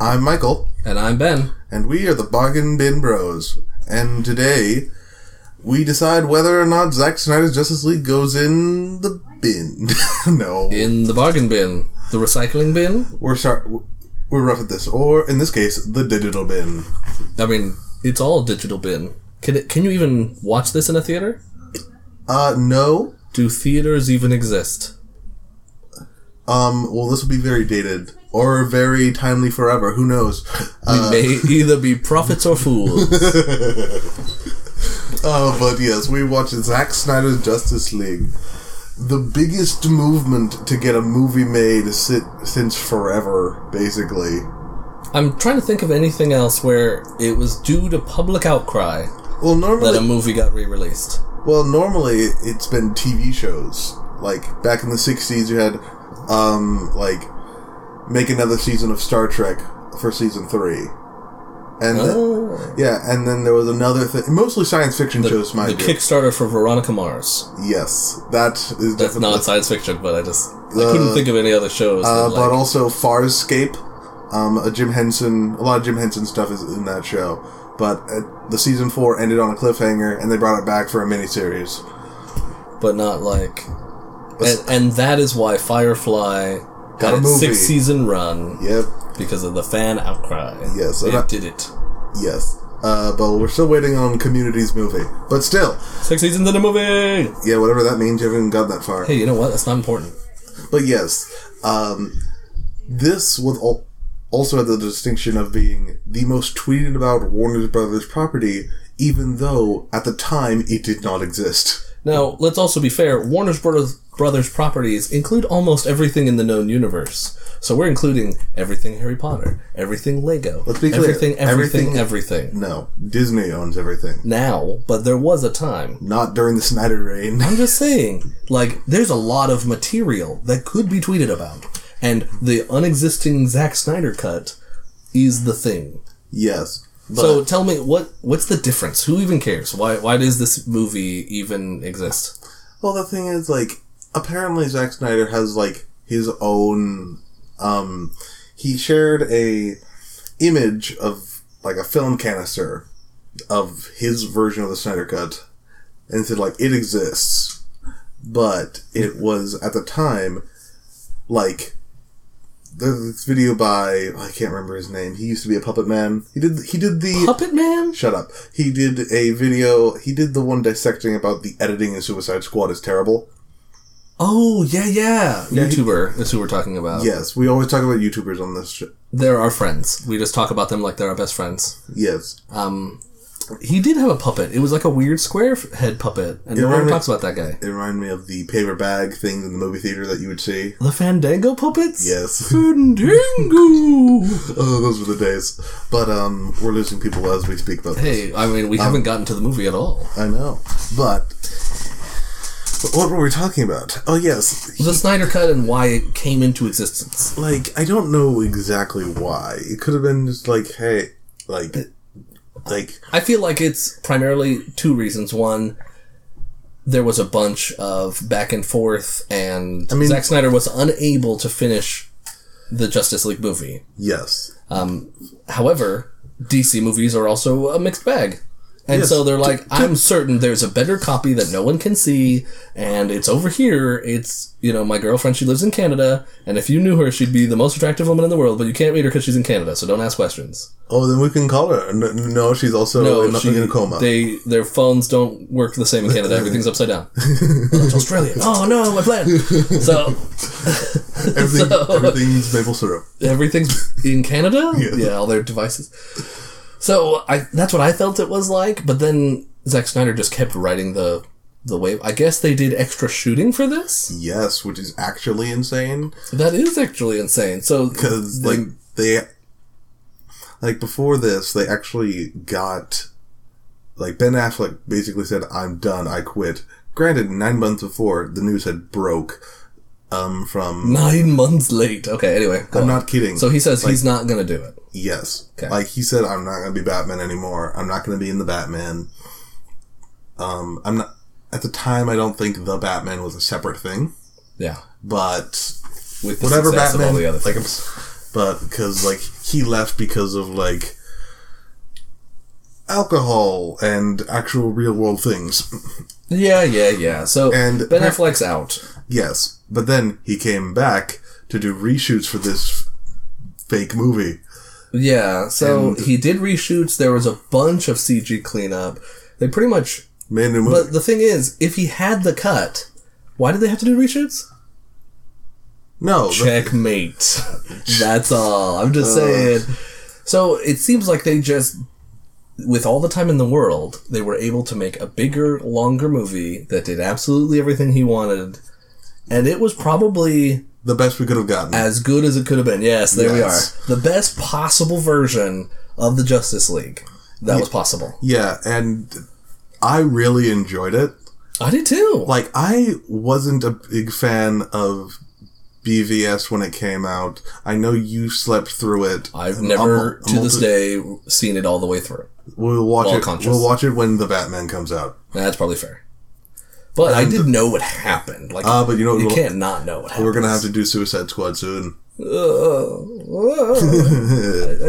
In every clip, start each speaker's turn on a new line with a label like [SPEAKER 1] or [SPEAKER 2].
[SPEAKER 1] I'm Michael,
[SPEAKER 2] And I'm Ben.
[SPEAKER 1] and we are the Bargain Bin Bros. And today, we decide whether or not Zack Snyder's Justice League goes in the bin. no,
[SPEAKER 2] In the bargain bin. The recycling bin?
[SPEAKER 1] we're sorry, we're rough at this. Or in this case, the digital bin.
[SPEAKER 2] I mean, it's all digital bin. Can it, can you even watch this in a theater?
[SPEAKER 1] Uh, no.
[SPEAKER 2] Do theaters even exist?
[SPEAKER 1] Um, well, this will be very dated or very timely forever. Who knows?
[SPEAKER 2] We may either be prophets or fools.
[SPEAKER 1] Oh, but yes, we watched Zack Snyder's Justice League. The biggest movement to get a movie made sit, since forever, basically.
[SPEAKER 2] I'm trying to think of anything else where it was due to public outcry
[SPEAKER 1] Well,
[SPEAKER 2] that a
[SPEAKER 1] normally,
[SPEAKER 2] movie got re-released.
[SPEAKER 1] well, normally it's been TV shows. Like back in the '60s, you had, um, like, make another season of Star Trek for season three, and then-
[SPEAKER 2] Oh.
[SPEAKER 1] yeah, and then there was another thing. Mostly science fiction shows,
[SPEAKER 2] The
[SPEAKER 1] mind you.
[SPEAKER 2] Kickstarter for Veronica Mars.
[SPEAKER 1] yes, that is
[SPEAKER 2] That's
[SPEAKER 1] definitely
[SPEAKER 2] not science fiction, but I just I couldn't think of any other shows.
[SPEAKER 1] Uh,
[SPEAKER 2] that,
[SPEAKER 1] but
[SPEAKER 2] like,
[SPEAKER 1] also Farscape. Um, a Jim Henson, a lot of Jim Henson stuff is in that show. But uh, the season four ended on a cliffhanger, and they brought it back for a miniseries.
[SPEAKER 2] but not like. And, and that is why Firefly
[SPEAKER 1] Got
[SPEAKER 2] got
[SPEAKER 1] a
[SPEAKER 2] its
[SPEAKER 1] movie.
[SPEAKER 2] six season run
[SPEAKER 1] Yep,
[SPEAKER 2] because of the fan outcry.
[SPEAKER 1] Yes,
[SPEAKER 2] it
[SPEAKER 1] and I-
[SPEAKER 2] did it.
[SPEAKER 1] yes. Uh, but we're still waiting on Community's movie. But still,
[SPEAKER 2] Six seasons in a movie.
[SPEAKER 1] yeah, whatever that means, you haven't even got that far.
[SPEAKER 2] Hey, you know what? That's not important.
[SPEAKER 1] But yes, um, this was al- also had the distinction of being the most tweeted about Warner Brothers property, even though at the time it did not exist.
[SPEAKER 2] Now, let's also be fair. Warner Brothers, Brothers properties include almost everything in the known universe. So we're including everything Harry Potter, everything Lego,
[SPEAKER 1] Let's be clear.
[SPEAKER 2] everything, everything,
[SPEAKER 1] Everything-
[SPEAKER 2] everything.
[SPEAKER 1] No, Disney owns everything.
[SPEAKER 2] Now, but there was a time
[SPEAKER 1] not during the Snyder reign.
[SPEAKER 2] I'm just saying, like, there's a lot of material that could be tweeted about, and the unexisting Zack Snyder cut is the thing.
[SPEAKER 1] yes. But
[SPEAKER 2] so tell me, what what's the difference? Who even cares? Why why does this movie even exist?
[SPEAKER 1] well, the thing is, like, apparently Zack Snyder has like his own. Um, he shared a image of like a film canister of his version of the Snyder cut, and said like it exists, but it was at the time like. There's this video by I can't remember his name. He used to be a puppet man. He did he did the
[SPEAKER 2] Puppet Man?
[SPEAKER 1] Shut up. He did a video. He did the one dissecting about the editing in Suicide Squad is terrible.
[SPEAKER 2] Oh yeah, yeah.
[SPEAKER 1] Yeah, he-
[SPEAKER 2] YouTuber is who we're talking about.
[SPEAKER 1] Yes, we always talk about YouTubers on this. Sh-
[SPEAKER 2] They're our friends. We just talk about them like they're our best friends.
[SPEAKER 1] yes,
[SPEAKER 2] Um, he did have a puppet. It was like a weird square f- head puppet, and no one
[SPEAKER 1] reminded-
[SPEAKER 2] talks about that guy.
[SPEAKER 1] it reminded me of the paper bag things in the movie theater that you would see.
[SPEAKER 2] The Fandango puppets.
[SPEAKER 1] Yes,
[SPEAKER 2] Fandango.
[SPEAKER 1] oh, those were the days. But um, we're losing people as we speak about this.
[SPEAKER 2] Hey, I mean,
[SPEAKER 1] Um,
[SPEAKER 2] we haven't gotten to the movie at all.
[SPEAKER 1] I know, but. but What were we talking about? Oh yes,
[SPEAKER 2] The Snyder Cut and why it came into existence.
[SPEAKER 1] like I don't know exactly why. It could have been just like, hey, like, like
[SPEAKER 2] I feel like it's primarily two reasons. One, there was a bunch of back and forth, and
[SPEAKER 1] mean-
[SPEAKER 2] Zack Snyder was unable to finish the Justice League movie.
[SPEAKER 1] yes,
[SPEAKER 2] However, DC movies are also a mixed bag. And
[SPEAKER 1] Yes.
[SPEAKER 2] so they're like, I'm certain there's a better copy that no one can see, and it's over here. It's, you know, my girlfriend, she lives in Canada, and if you knew her, she'd be the most attractive woman in the world, but you can't meet her because she's in Canada, so don't ask questions.
[SPEAKER 1] Oh, then we can call her. N- No, she's also in,
[SPEAKER 2] she-
[SPEAKER 1] Oh, in a coma.
[SPEAKER 2] They, their phones don't work the same in Canada. Everything's upside down. Oh, it's Australia. Oh, no, my plan. So
[SPEAKER 1] Everything, Everything's maple syrup.
[SPEAKER 2] everything's in Canada.
[SPEAKER 1] Yeah.
[SPEAKER 2] Yeah, all their devices. So I that's what I felt it was like. But then Zack Snyder just kept writing the the wave. I guess they did extra shooting for this.
[SPEAKER 1] Yes, which is actually insane
[SPEAKER 2] That is actually insane. So
[SPEAKER 1] because like they like before this, they actually got like Ben Affleck basically said, "I'm done. I quit." Granted, nine months before the news had broke um, from.
[SPEAKER 2] nine months late. Okay. Anyway, go
[SPEAKER 1] I'm
[SPEAKER 2] on.
[SPEAKER 1] not kidding.
[SPEAKER 2] So he says he's not gonna do it.
[SPEAKER 1] Yes.
[SPEAKER 2] Okay.
[SPEAKER 1] Like he said, I'm not going to be Batman anymore. I'm not going to be in the Batman. Um, I'm not. At the time, I don't think the Batman was a separate thing,
[SPEAKER 2] Yeah.
[SPEAKER 1] but
[SPEAKER 2] With the
[SPEAKER 1] whatever
[SPEAKER 2] success of
[SPEAKER 1] Batman,
[SPEAKER 2] all the other
[SPEAKER 1] like
[SPEAKER 2] things.
[SPEAKER 1] but because like he left because of like alcohol and actual real world things.
[SPEAKER 2] Yeah, yeah, yeah. So
[SPEAKER 1] And-
[SPEAKER 2] Ben Affleck's out.
[SPEAKER 1] yes, but then he came back to do reshoots for this fake movie.
[SPEAKER 2] Yeah, so he did reshoots. There was a bunch of CG cleanup. They pretty much.
[SPEAKER 1] Made a new movie.
[SPEAKER 2] But the thing is, if he had the cut, why did they have to do reshoots?
[SPEAKER 1] no, the-
[SPEAKER 2] Checkmate. That's all. I'm just saying. So it seems like they just, with all the time in the world, they were able to make a bigger, longer movie that did absolutely everything he wanted. And it was probably
[SPEAKER 1] the best we could have gotten.
[SPEAKER 2] as good as it could have been. Yes, there
[SPEAKER 1] Yes.
[SPEAKER 2] we are. The best possible version of the Justice League that was possible.
[SPEAKER 1] yeah, and I really enjoyed it.
[SPEAKER 2] I did too.
[SPEAKER 1] like I wasn't a big fan of BVS when it came out. I know you slept through it.
[SPEAKER 2] I've
[SPEAKER 1] And
[SPEAKER 2] never,
[SPEAKER 1] I'm- I'm
[SPEAKER 2] to this
[SPEAKER 1] also-
[SPEAKER 2] day, seen it all the way through.
[SPEAKER 1] We'll watch
[SPEAKER 2] all
[SPEAKER 1] it.
[SPEAKER 2] conscious.
[SPEAKER 1] We'll watch it when the Batman comes out.
[SPEAKER 2] That's probably fair. But I did know what happened. Like,
[SPEAKER 1] Ah, but you know what
[SPEAKER 2] you
[SPEAKER 1] we'll-
[SPEAKER 2] can't not know what happened.
[SPEAKER 1] We're gonna have to do Suicide Squad soon.
[SPEAKER 2] I, I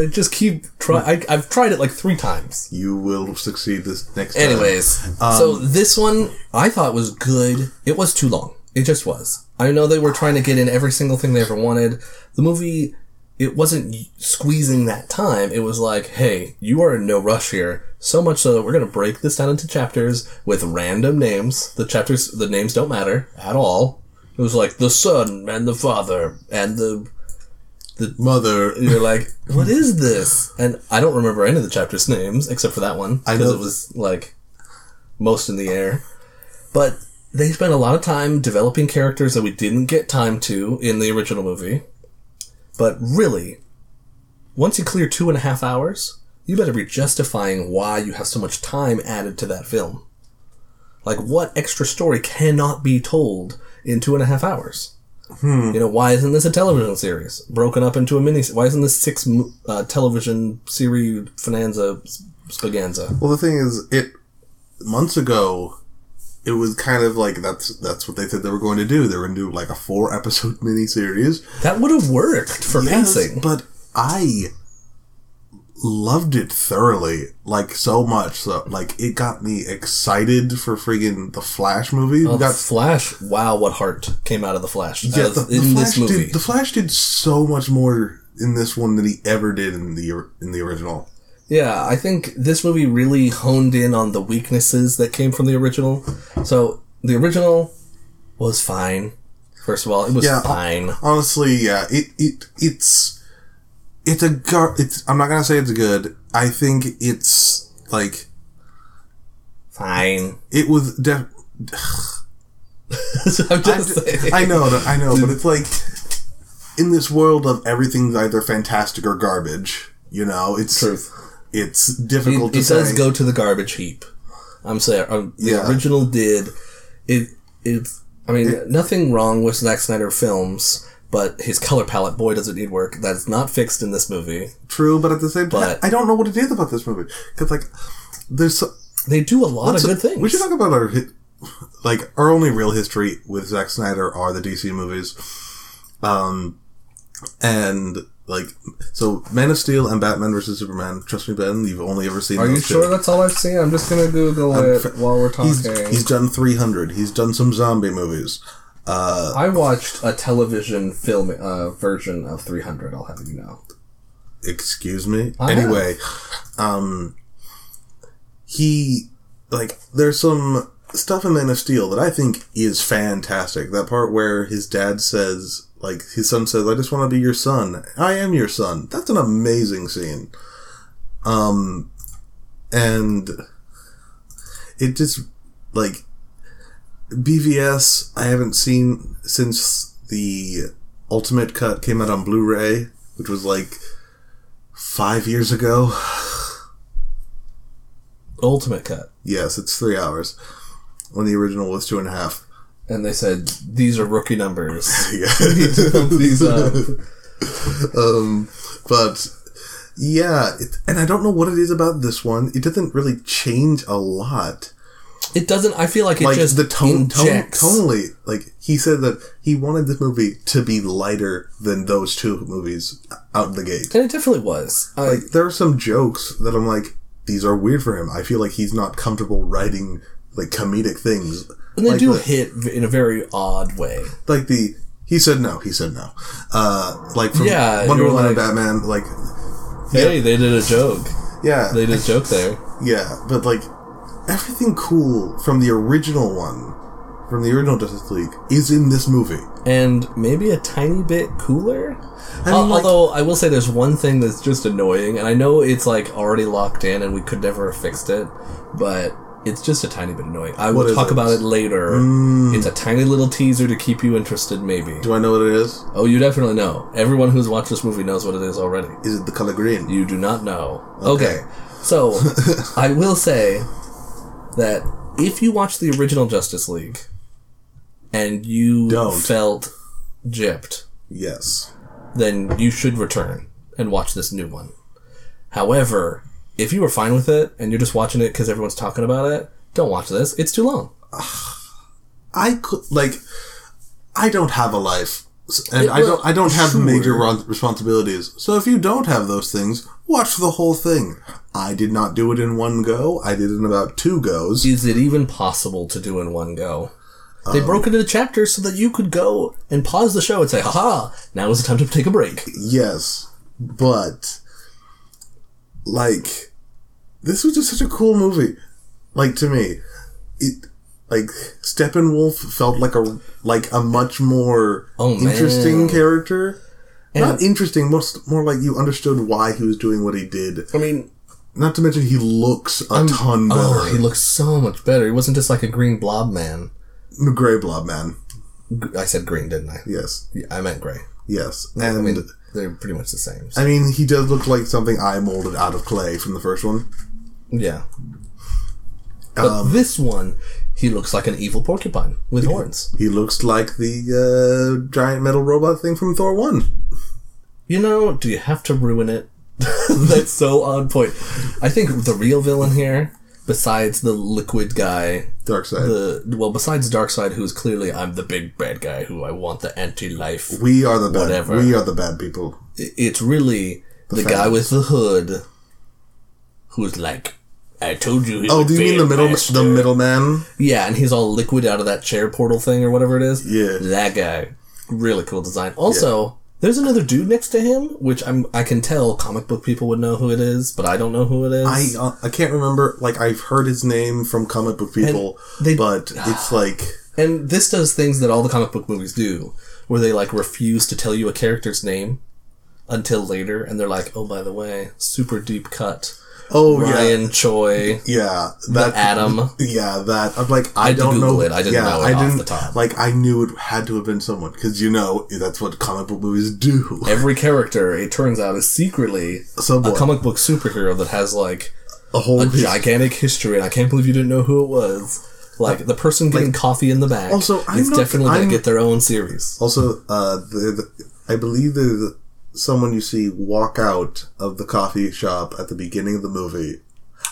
[SPEAKER 2] Uh, just keep trying. I've tried it like three times.
[SPEAKER 1] You will succeed this next time.
[SPEAKER 2] Anyways,
[SPEAKER 1] Um,
[SPEAKER 2] so this one I thought was good. It was too long. It just was. I know they were trying to get in every single thing they ever wanted. The movie, it wasn't squeezing that time. It was like, hey, you are in no rush here. So much so that we're gonna break this down into chapters with random names. The chapters, the names don't matter at all. It was like the son and the father and the
[SPEAKER 1] Mother,
[SPEAKER 2] you're like, what is this? And I don't remember any of the chapters' names except for that one
[SPEAKER 1] I
[SPEAKER 2] because
[SPEAKER 1] know-
[SPEAKER 2] it was like most in the air. But they spent a lot of time developing characters that we didn't get time to in the original movie. But really, once you clear two and a half hours, you better be justifying why you have so much time added to that film. Like, what extra story cannot be told in two and a half hours?
[SPEAKER 1] Hmm.
[SPEAKER 2] You know, why isn't this a television series broken up into a mini? Why isn't this six mo- uh, television series finanza s- spaganza?
[SPEAKER 1] Well, the thing is, it months ago, it was kind of like that's that's what they said they were going to do. They were going to do like a four episode miniseries.
[SPEAKER 2] That would have worked for
[SPEAKER 1] Yes,
[SPEAKER 2] pacing.
[SPEAKER 1] but I loved it thoroughly, like so much. So like it got me excited for friggin' the Flash movie.
[SPEAKER 2] The
[SPEAKER 1] We got
[SPEAKER 2] Uh, Flash, wow, what heart came out of the Flash
[SPEAKER 1] yeah,
[SPEAKER 2] out of-
[SPEAKER 1] the, the
[SPEAKER 2] in
[SPEAKER 1] Flash
[SPEAKER 2] this movie?
[SPEAKER 1] did the Flash did so much more in this one than he ever did in the or- in the original.
[SPEAKER 2] Yeah, I think this movie really honed in on the weaknesses that came from the original. So the original was fine. First of all, it was
[SPEAKER 1] Yeah.
[SPEAKER 2] fine.
[SPEAKER 1] Honestly, yeah, it it it's it's a gar- it's I'm not gonna say it's good. I think it's like
[SPEAKER 2] Fine.
[SPEAKER 1] it was def-
[SPEAKER 2] I'm just saying.
[SPEAKER 1] I know, that- I know, but it's like in this world of everything's either fantastic or garbage. You know, it's
[SPEAKER 2] Truth.
[SPEAKER 1] It's
[SPEAKER 2] It,
[SPEAKER 1] difficult
[SPEAKER 2] it
[SPEAKER 1] to
[SPEAKER 2] does
[SPEAKER 1] say.
[SPEAKER 2] go to the garbage heap. I'm sorry. Um, the
[SPEAKER 1] Yeah.
[SPEAKER 2] original did. It. It's. I mean, nothing wrong with Zack Snyder films, but his color palette, boy, does it need work. That's not fixed in this movie.
[SPEAKER 1] True, but at the same time,
[SPEAKER 2] But-
[SPEAKER 1] I don't know what it is about this movie because like there's so-
[SPEAKER 2] They do a lot of good things.
[SPEAKER 1] We should talk about our hi- like our only real history with Zack Snyder are the DC movies, um, and like so Man of Steel and Batman versus Superman. Trust me, Ben, you've only ever seen.
[SPEAKER 2] Are you
[SPEAKER 1] those two.
[SPEAKER 2] sure that's all I've seen? I'm just gonna Google it while we're talking.
[SPEAKER 1] He's, he's done 300. He's done some zombie movies.
[SPEAKER 2] I watched a television film uh, version of 300. I'll have you know.
[SPEAKER 1] excuse me
[SPEAKER 2] I
[SPEAKER 1] anyway um he like there's some stuff in man of steel that i think is fantastic that part where his dad says like his son says i just want to be your son i am your son that's an amazing scene um and it just like bvs i haven't seen since the ultimate cut came out on blu-ray which was like five years ago.
[SPEAKER 2] Ultimate cut,
[SPEAKER 1] Yes, it's three hours. When the original was two and a half.
[SPEAKER 2] and they said these are rookie numbers.
[SPEAKER 1] Yeah.
[SPEAKER 2] Pump these up.
[SPEAKER 1] um, but yeah, it, and I don't know what it is about this one. It doesn't really change a lot.
[SPEAKER 2] It doesn't. I feel like it
[SPEAKER 1] like
[SPEAKER 2] just
[SPEAKER 1] the tone, tone
[SPEAKER 2] injects-
[SPEAKER 1] tonally like he said that he wanted this movie to be lighter than those two movies out the gate
[SPEAKER 2] and it definitely was. Uh, I,
[SPEAKER 1] like there are some jokes that i'm like these are weird for him i feel like he's not comfortable writing like comedic things
[SPEAKER 2] and they
[SPEAKER 1] like
[SPEAKER 2] do
[SPEAKER 1] the,
[SPEAKER 2] hit v- in a very odd way.
[SPEAKER 1] like the he said no he said no uh like from
[SPEAKER 2] Yeah,
[SPEAKER 1] wonder
[SPEAKER 2] you're
[SPEAKER 1] woman and
[SPEAKER 2] like-
[SPEAKER 1] batman like
[SPEAKER 2] Hey, they did a joke.
[SPEAKER 1] yeah
[SPEAKER 2] They did a joke there.
[SPEAKER 1] Yeah, but like everything cool from the original one, from the original Justice League, is in this movie.
[SPEAKER 2] and maybe a tiny bit cooler.
[SPEAKER 1] mean,
[SPEAKER 2] Al-
[SPEAKER 1] like-
[SPEAKER 2] Although I will say there's one thing that's just annoying, and I know it's like already locked in, and we could never have fixed it, but it's just a tiny bit annoying. I
[SPEAKER 1] What
[SPEAKER 2] will
[SPEAKER 1] is
[SPEAKER 2] talk
[SPEAKER 1] it? Mm.
[SPEAKER 2] about it later. It's a tiny little teaser to keep you interested, maybe.
[SPEAKER 1] Do I know what it is?
[SPEAKER 2] Oh, you definitely know. Everyone who's watched this movie knows what it is already.
[SPEAKER 1] Is it the color green?
[SPEAKER 2] You do not know.
[SPEAKER 1] Okay.
[SPEAKER 2] Okay. So, I will say that if you watch the original Justice League and you
[SPEAKER 1] Don't.
[SPEAKER 2] felt gypped,
[SPEAKER 1] Yes.
[SPEAKER 2] then you should return and watch this new one. However, if you were fine with it and you're just watching it because everyone's talking about it, don't watch this. It's too long.
[SPEAKER 1] I could like I don't have a life. s- And
[SPEAKER 2] It-
[SPEAKER 1] I don't. I don't have
[SPEAKER 2] sure.
[SPEAKER 1] major ron- responsibilities. So if you don't have those things, watch the whole thing. I did not do it in one go. I did it in about two goes.
[SPEAKER 2] Is it even possible to do in one go? They broke it into chapters so that you could go and pause the show and say, haha, now is the time to take a break.
[SPEAKER 1] Yes, but like this was just such a cool movie. Like to me, it like Steppenwolf felt like a like a much more
[SPEAKER 2] Oh, man.
[SPEAKER 1] interesting character. Not
[SPEAKER 2] And-
[SPEAKER 1] interesting, most more like you understood why he was doing what he did.
[SPEAKER 2] I mean,
[SPEAKER 1] Not to mention he looks a ton better.
[SPEAKER 2] oh, he looks so much better. He wasn't just like a green blob man.
[SPEAKER 1] The Gray Blob Man.
[SPEAKER 2] Gr- I said green, didn't I?
[SPEAKER 1] Yes,
[SPEAKER 2] Yeah, I meant gray.
[SPEAKER 1] yes, and
[SPEAKER 2] I mean, they're pretty much the same. so-
[SPEAKER 1] I mean he does look like something I molded out of clay from the first one. Um,
[SPEAKER 2] Yeah. But this one, he looks like an evil porcupine with horns.
[SPEAKER 1] He looks like the uh, giant metal robot thing from Thor 1.
[SPEAKER 2] You know, do you have to ruin it? That's so on point. I think the real villain here, besides the liquid guy,
[SPEAKER 1] Darkseid.
[SPEAKER 2] the well, besides Darkseid, who's clearly I'm the big bad guy who I want the anti-life.
[SPEAKER 1] we are the bad
[SPEAKER 2] Whatever.
[SPEAKER 1] we are the bad people.
[SPEAKER 2] i- It's really the, guy
[SPEAKER 1] Phantom.
[SPEAKER 2] with the hood, who's like, I told you. he
[SPEAKER 1] Oh,
[SPEAKER 2] would
[SPEAKER 1] do you mean
[SPEAKER 2] fail,
[SPEAKER 1] the middle
[SPEAKER 2] master."
[SPEAKER 1] the middleman?
[SPEAKER 2] Yeah, and he's all liquid out of that chair portal thing or whatever it is.
[SPEAKER 1] Yeah.
[SPEAKER 2] that guy, really cool design. Also, there's another dude next to him, which I'm I can tell comic book people would know who it is, but I don't know who it is.
[SPEAKER 1] I uh, I can't remember like I've heard his name from comic book people,
[SPEAKER 2] And they-
[SPEAKER 1] but it's like
[SPEAKER 2] and this does things that all the comic book movies do, where they like refuse to tell you a character's name until later, and they're like, oh by the way, super deep cut,
[SPEAKER 1] oh
[SPEAKER 2] Ryan Choi,
[SPEAKER 1] yeah. Yeah, that
[SPEAKER 2] Adam.
[SPEAKER 1] Yeah, that I'm like I,
[SPEAKER 2] had to
[SPEAKER 1] don't
[SPEAKER 2] Google
[SPEAKER 1] know.
[SPEAKER 2] it. I didn't know it off the top.
[SPEAKER 1] Like I knew it had to have been someone because you know that's what comic book movies do.
[SPEAKER 2] Every character, it turns out, is secretly
[SPEAKER 1] Someone.
[SPEAKER 2] a comic book superhero that has like
[SPEAKER 1] A whole
[SPEAKER 2] a
[SPEAKER 1] piece-
[SPEAKER 2] gigantic history, and I can't believe you didn't know who it was. Like the person getting coffee in the back.
[SPEAKER 1] Also, I'm
[SPEAKER 2] is
[SPEAKER 1] not-
[SPEAKER 2] definitely
[SPEAKER 1] I'm-
[SPEAKER 2] gonna get their own series.
[SPEAKER 1] Also, uh, the, the, I believe the, the someone you see walk out of the coffee shop at the beginning of the movie.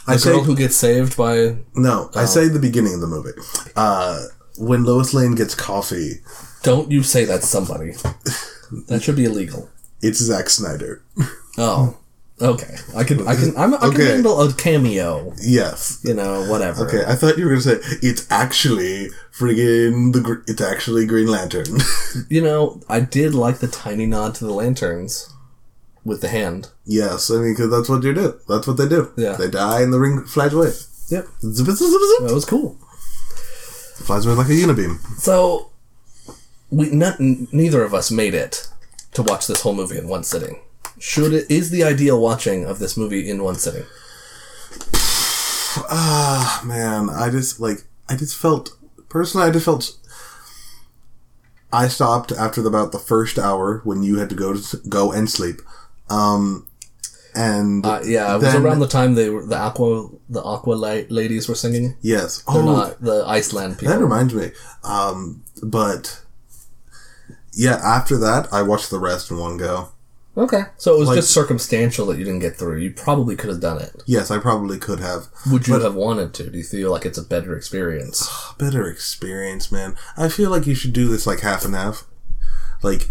[SPEAKER 1] I
[SPEAKER 2] The
[SPEAKER 1] say
[SPEAKER 2] girl who Oh. gets saved by
[SPEAKER 1] no. I say the beginning of the movie. Uh, when Lois Lane gets coffee,
[SPEAKER 2] don't you say that's somebody. That should be illegal.
[SPEAKER 1] it's Zack Snyder.
[SPEAKER 2] Oh, okay. I can I can I'm, I can
[SPEAKER 1] Okay.
[SPEAKER 2] handle a cameo.
[SPEAKER 1] Yes.
[SPEAKER 2] You know, whatever.
[SPEAKER 1] Okay, I thought you were gonna say it's actually friggin' the gr- it's actually Green Lantern.
[SPEAKER 2] You know, I did like the tiny nod to the lanterns with the hand.
[SPEAKER 1] yes, I mean 'cause that's what you do. That's what they do.
[SPEAKER 2] Yeah.
[SPEAKER 1] they die and the ring flies away.
[SPEAKER 2] Yep,
[SPEAKER 1] Zip, zip, zip, zip.
[SPEAKER 2] that was cool.
[SPEAKER 1] Flies away like a unibeam.
[SPEAKER 2] So we not, n- neither of us made it to watch this whole movie in one sitting. Should it is the ideal watching of this movie in one sitting?
[SPEAKER 1] Ah, man, I just like I just felt personally. I just felt I stopped after about the first hour when you had to go to go and sleep. Um, and
[SPEAKER 2] Uh, yeah, it was
[SPEAKER 1] then-
[SPEAKER 2] around the time they were the aqua the aqua light ladies were singing.
[SPEAKER 1] yes.
[SPEAKER 2] They're
[SPEAKER 1] Oh,
[SPEAKER 2] not the Iceland people.
[SPEAKER 1] that reminds me. Um, but yeah, after that, I watched the rest in one go.
[SPEAKER 2] Okay. So it was
[SPEAKER 1] Like-
[SPEAKER 2] just circumstantial that you didn't get through. You probably could have done it.
[SPEAKER 1] Yes, I probably could have.
[SPEAKER 2] Would you have wanted to? Do you feel like it's a better experience?
[SPEAKER 1] better experience, man. I feel like you should do this like half and half, like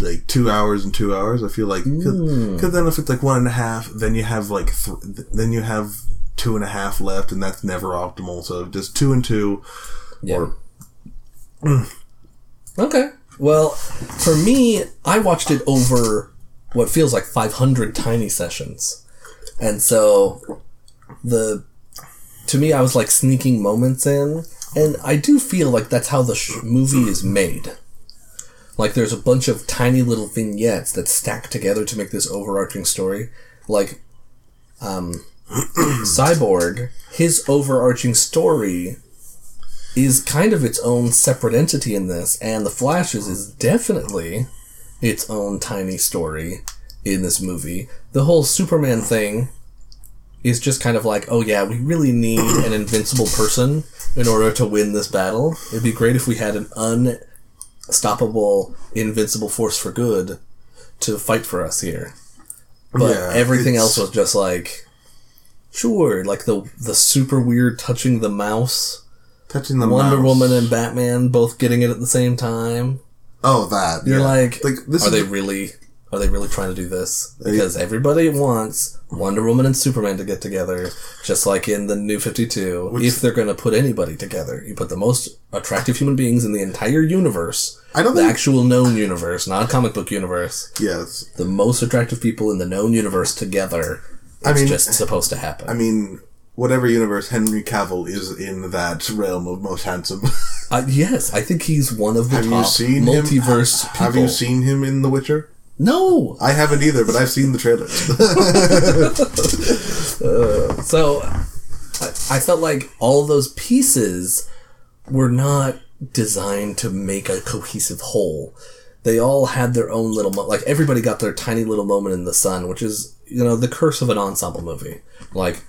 [SPEAKER 1] like two hours and two hours. I feel like
[SPEAKER 2] Hmm.
[SPEAKER 1] because then if it's like one and a half, then you have like th- then you have two and a half left, and that's never optimal. So just two and two.
[SPEAKER 2] Yeah.
[SPEAKER 1] Or-
[SPEAKER 2] Okay. Well, for me, I watched it over what feels like 500 tiny sessions. And so the to me I was like sneaking moments in and I do feel like that's how the sh- movie is made. Like there's a bunch of tiny little vignettes that stack together to make this overarching story. Like um Cyborg, his overarching story is kind of its own separate entity in this, and the Flashes is definitely its own tiny story in this movie. The whole Superman thing is just kind of like, oh yeah, we really need an invincible person in order to win this battle. It'd be great if we had an unstoppable, invincible force for good to fight for us here. But
[SPEAKER 1] Yeah,
[SPEAKER 2] everything
[SPEAKER 1] it's-
[SPEAKER 2] else was just like, sure, like the the super weird touching the mouse.
[SPEAKER 1] Touching the
[SPEAKER 2] Wonder
[SPEAKER 1] mouse.
[SPEAKER 2] Woman and Batman both getting it at the same time.
[SPEAKER 1] Oh, that
[SPEAKER 2] You're
[SPEAKER 1] yeah.
[SPEAKER 2] like,
[SPEAKER 1] like this
[SPEAKER 2] are
[SPEAKER 1] is
[SPEAKER 2] they really? Are they really trying to do this? Because everybody wants Wonder Woman and Superman to get together, just like in the New Fifty Two. If they're going to put anybody together, you put the most attractive human beings in the entire universe,
[SPEAKER 1] I don't
[SPEAKER 2] the
[SPEAKER 1] think-
[SPEAKER 2] actual known universe, not a comic book universe.
[SPEAKER 1] yes.
[SPEAKER 2] The most attractive people in the known universe together. It's
[SPEAKER 1] mean-
[SPEAKER 2] just supposed to happen.
[SPEAKER 1] I mean, whatever universe Henry Cavill is in that realm of most handsome.
[SPEAKER 2] uh, yes, I think he's one of the
[SPEAKER 1] have
[SPEAKER 2] top
[SPEAKER 1] you seen
[SPEAKER 2] multiverse
[SPEAKER 1] him?
[SPEAKER 2] people.
[SPEAKER 1] Have you seen him in The Witcher?
[SPEAKER 2] No,
[SPEAKER 1] I haven't either, but I've seen the trailers.
[SPEAKER 2] So I, I felt like all those pieces were not designed to make a cohesive whole. They all had their own little mo- like everybody got their tiny little moment in the sun, which is you know the curse of an ensemble movie. Like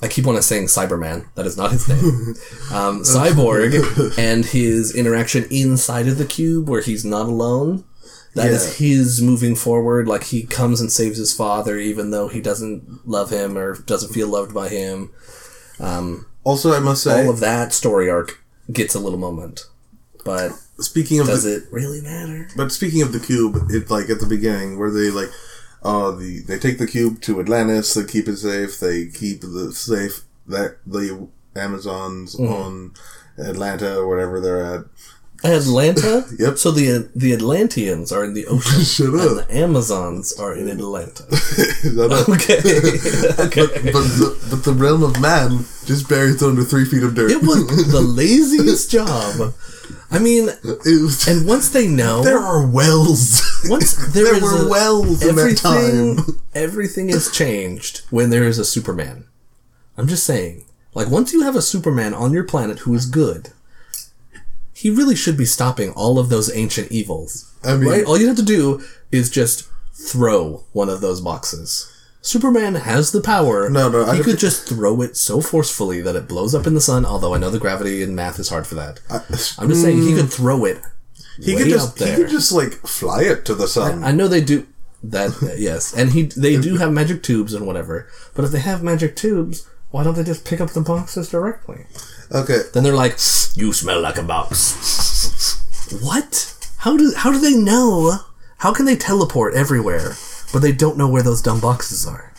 [SPEAKER 2] I keep on saying Cyberman, that is not his name. um, Cyborg and his interaction inside of the cube where he's not alone. That is
[SPEAKER 1] Yeah.
[SPEAKER 2] his moving forward. Like he comes and saves his father, even though he doesn't love him or doesn't feel loved by him.
[SPEAKER 1] also, I must say,
[SPEAKER 2] All of that story arc gets a little moment, but
[SPEAKER 1] speaking of
[SPEAKER 2] does
[SPEAKER 1] the,
[SPEAKER 2] it really matter?
[SPEAKER 1] but speaking of the cube, it like at the beginning where they like, uh, the they take the cube to Atlantis, they keep it safe, they keep the safe that the Amazons
[SPEAKER 2] Mm-hmm.
[SPEAKER 1] on Atlanta or whatever they're at.
[SPEAKER 2] Atlanta.
[SPEAKER 1] Yep.
[SPEAKER 2] So the the Atlanteans are in the ocean.
[SPEAKER 1] Shut
[SPEAKER 2] And
[SPEAKER 1] up!
[SPEAKER 2] the Amazons are in Atlanta.
[SPEAKER 1] Shut up.
[SPEAKER 2] Okay. okay.
[SPEAKER 1] But the, but the realm of man just buries under three feet of dirt.
[SPEAKER 2] It was the laziest job. I mean,
[SPEAKER 1] It was-
[SPEAKER 2] and once they know,
[SPEAKER 1] there are wells.
[SPEAKER 2] once there,
[SPEAKER 1] there
[SPEAKER 2] is
[SPEAKER 1] were
[SPEAKER 2] a-
[SPEAKER 1] wells in that
[SPEAKER 2] everything,
[SPEAKER 1] time.
[SPEAKER 2] everything is changed when there is a Superman. I'm just saying, like once you have a Superman on your planet who is good, he really should be stopping all of those ancient evils.
[SPEAKER 1] I mean-
[SPEAKER 2] right? All you have to do is just throw one of those boxes. Superman has the power.
[SPEAKER 1] No, no, I
[SPEAKER 2] he
[SPEAKER 1] don't
[SPEAKER 2] could just throw it so forcefully that it blows up in the sun. Although I know the gravity in math is hard for that. I, am just saying he could
[SPEAKER 1] Mm.
[SPEAKER 2] throw it.
[SPEAKER 1] He
[SPEAKER 2] way
[SPEAKER 1] could
[SPEAKER 2] up
[SPEAKER 1] just
[SPEAKER 2] there.
[SPEAKER 1] he could just like fly it to the sun.
[SPEAKER 2] I know they do that. yes, and he they do have magic tubes and whatever. But if they have magic tubes, why don't they just pick up the boxes directly?
[SPEAKER 1] Okay,
[SPEAKER 2] Then they're like, "You smell like a box." what? How do how do they know? How can they teleport everywhere, but they don't know where those dumb boxes are?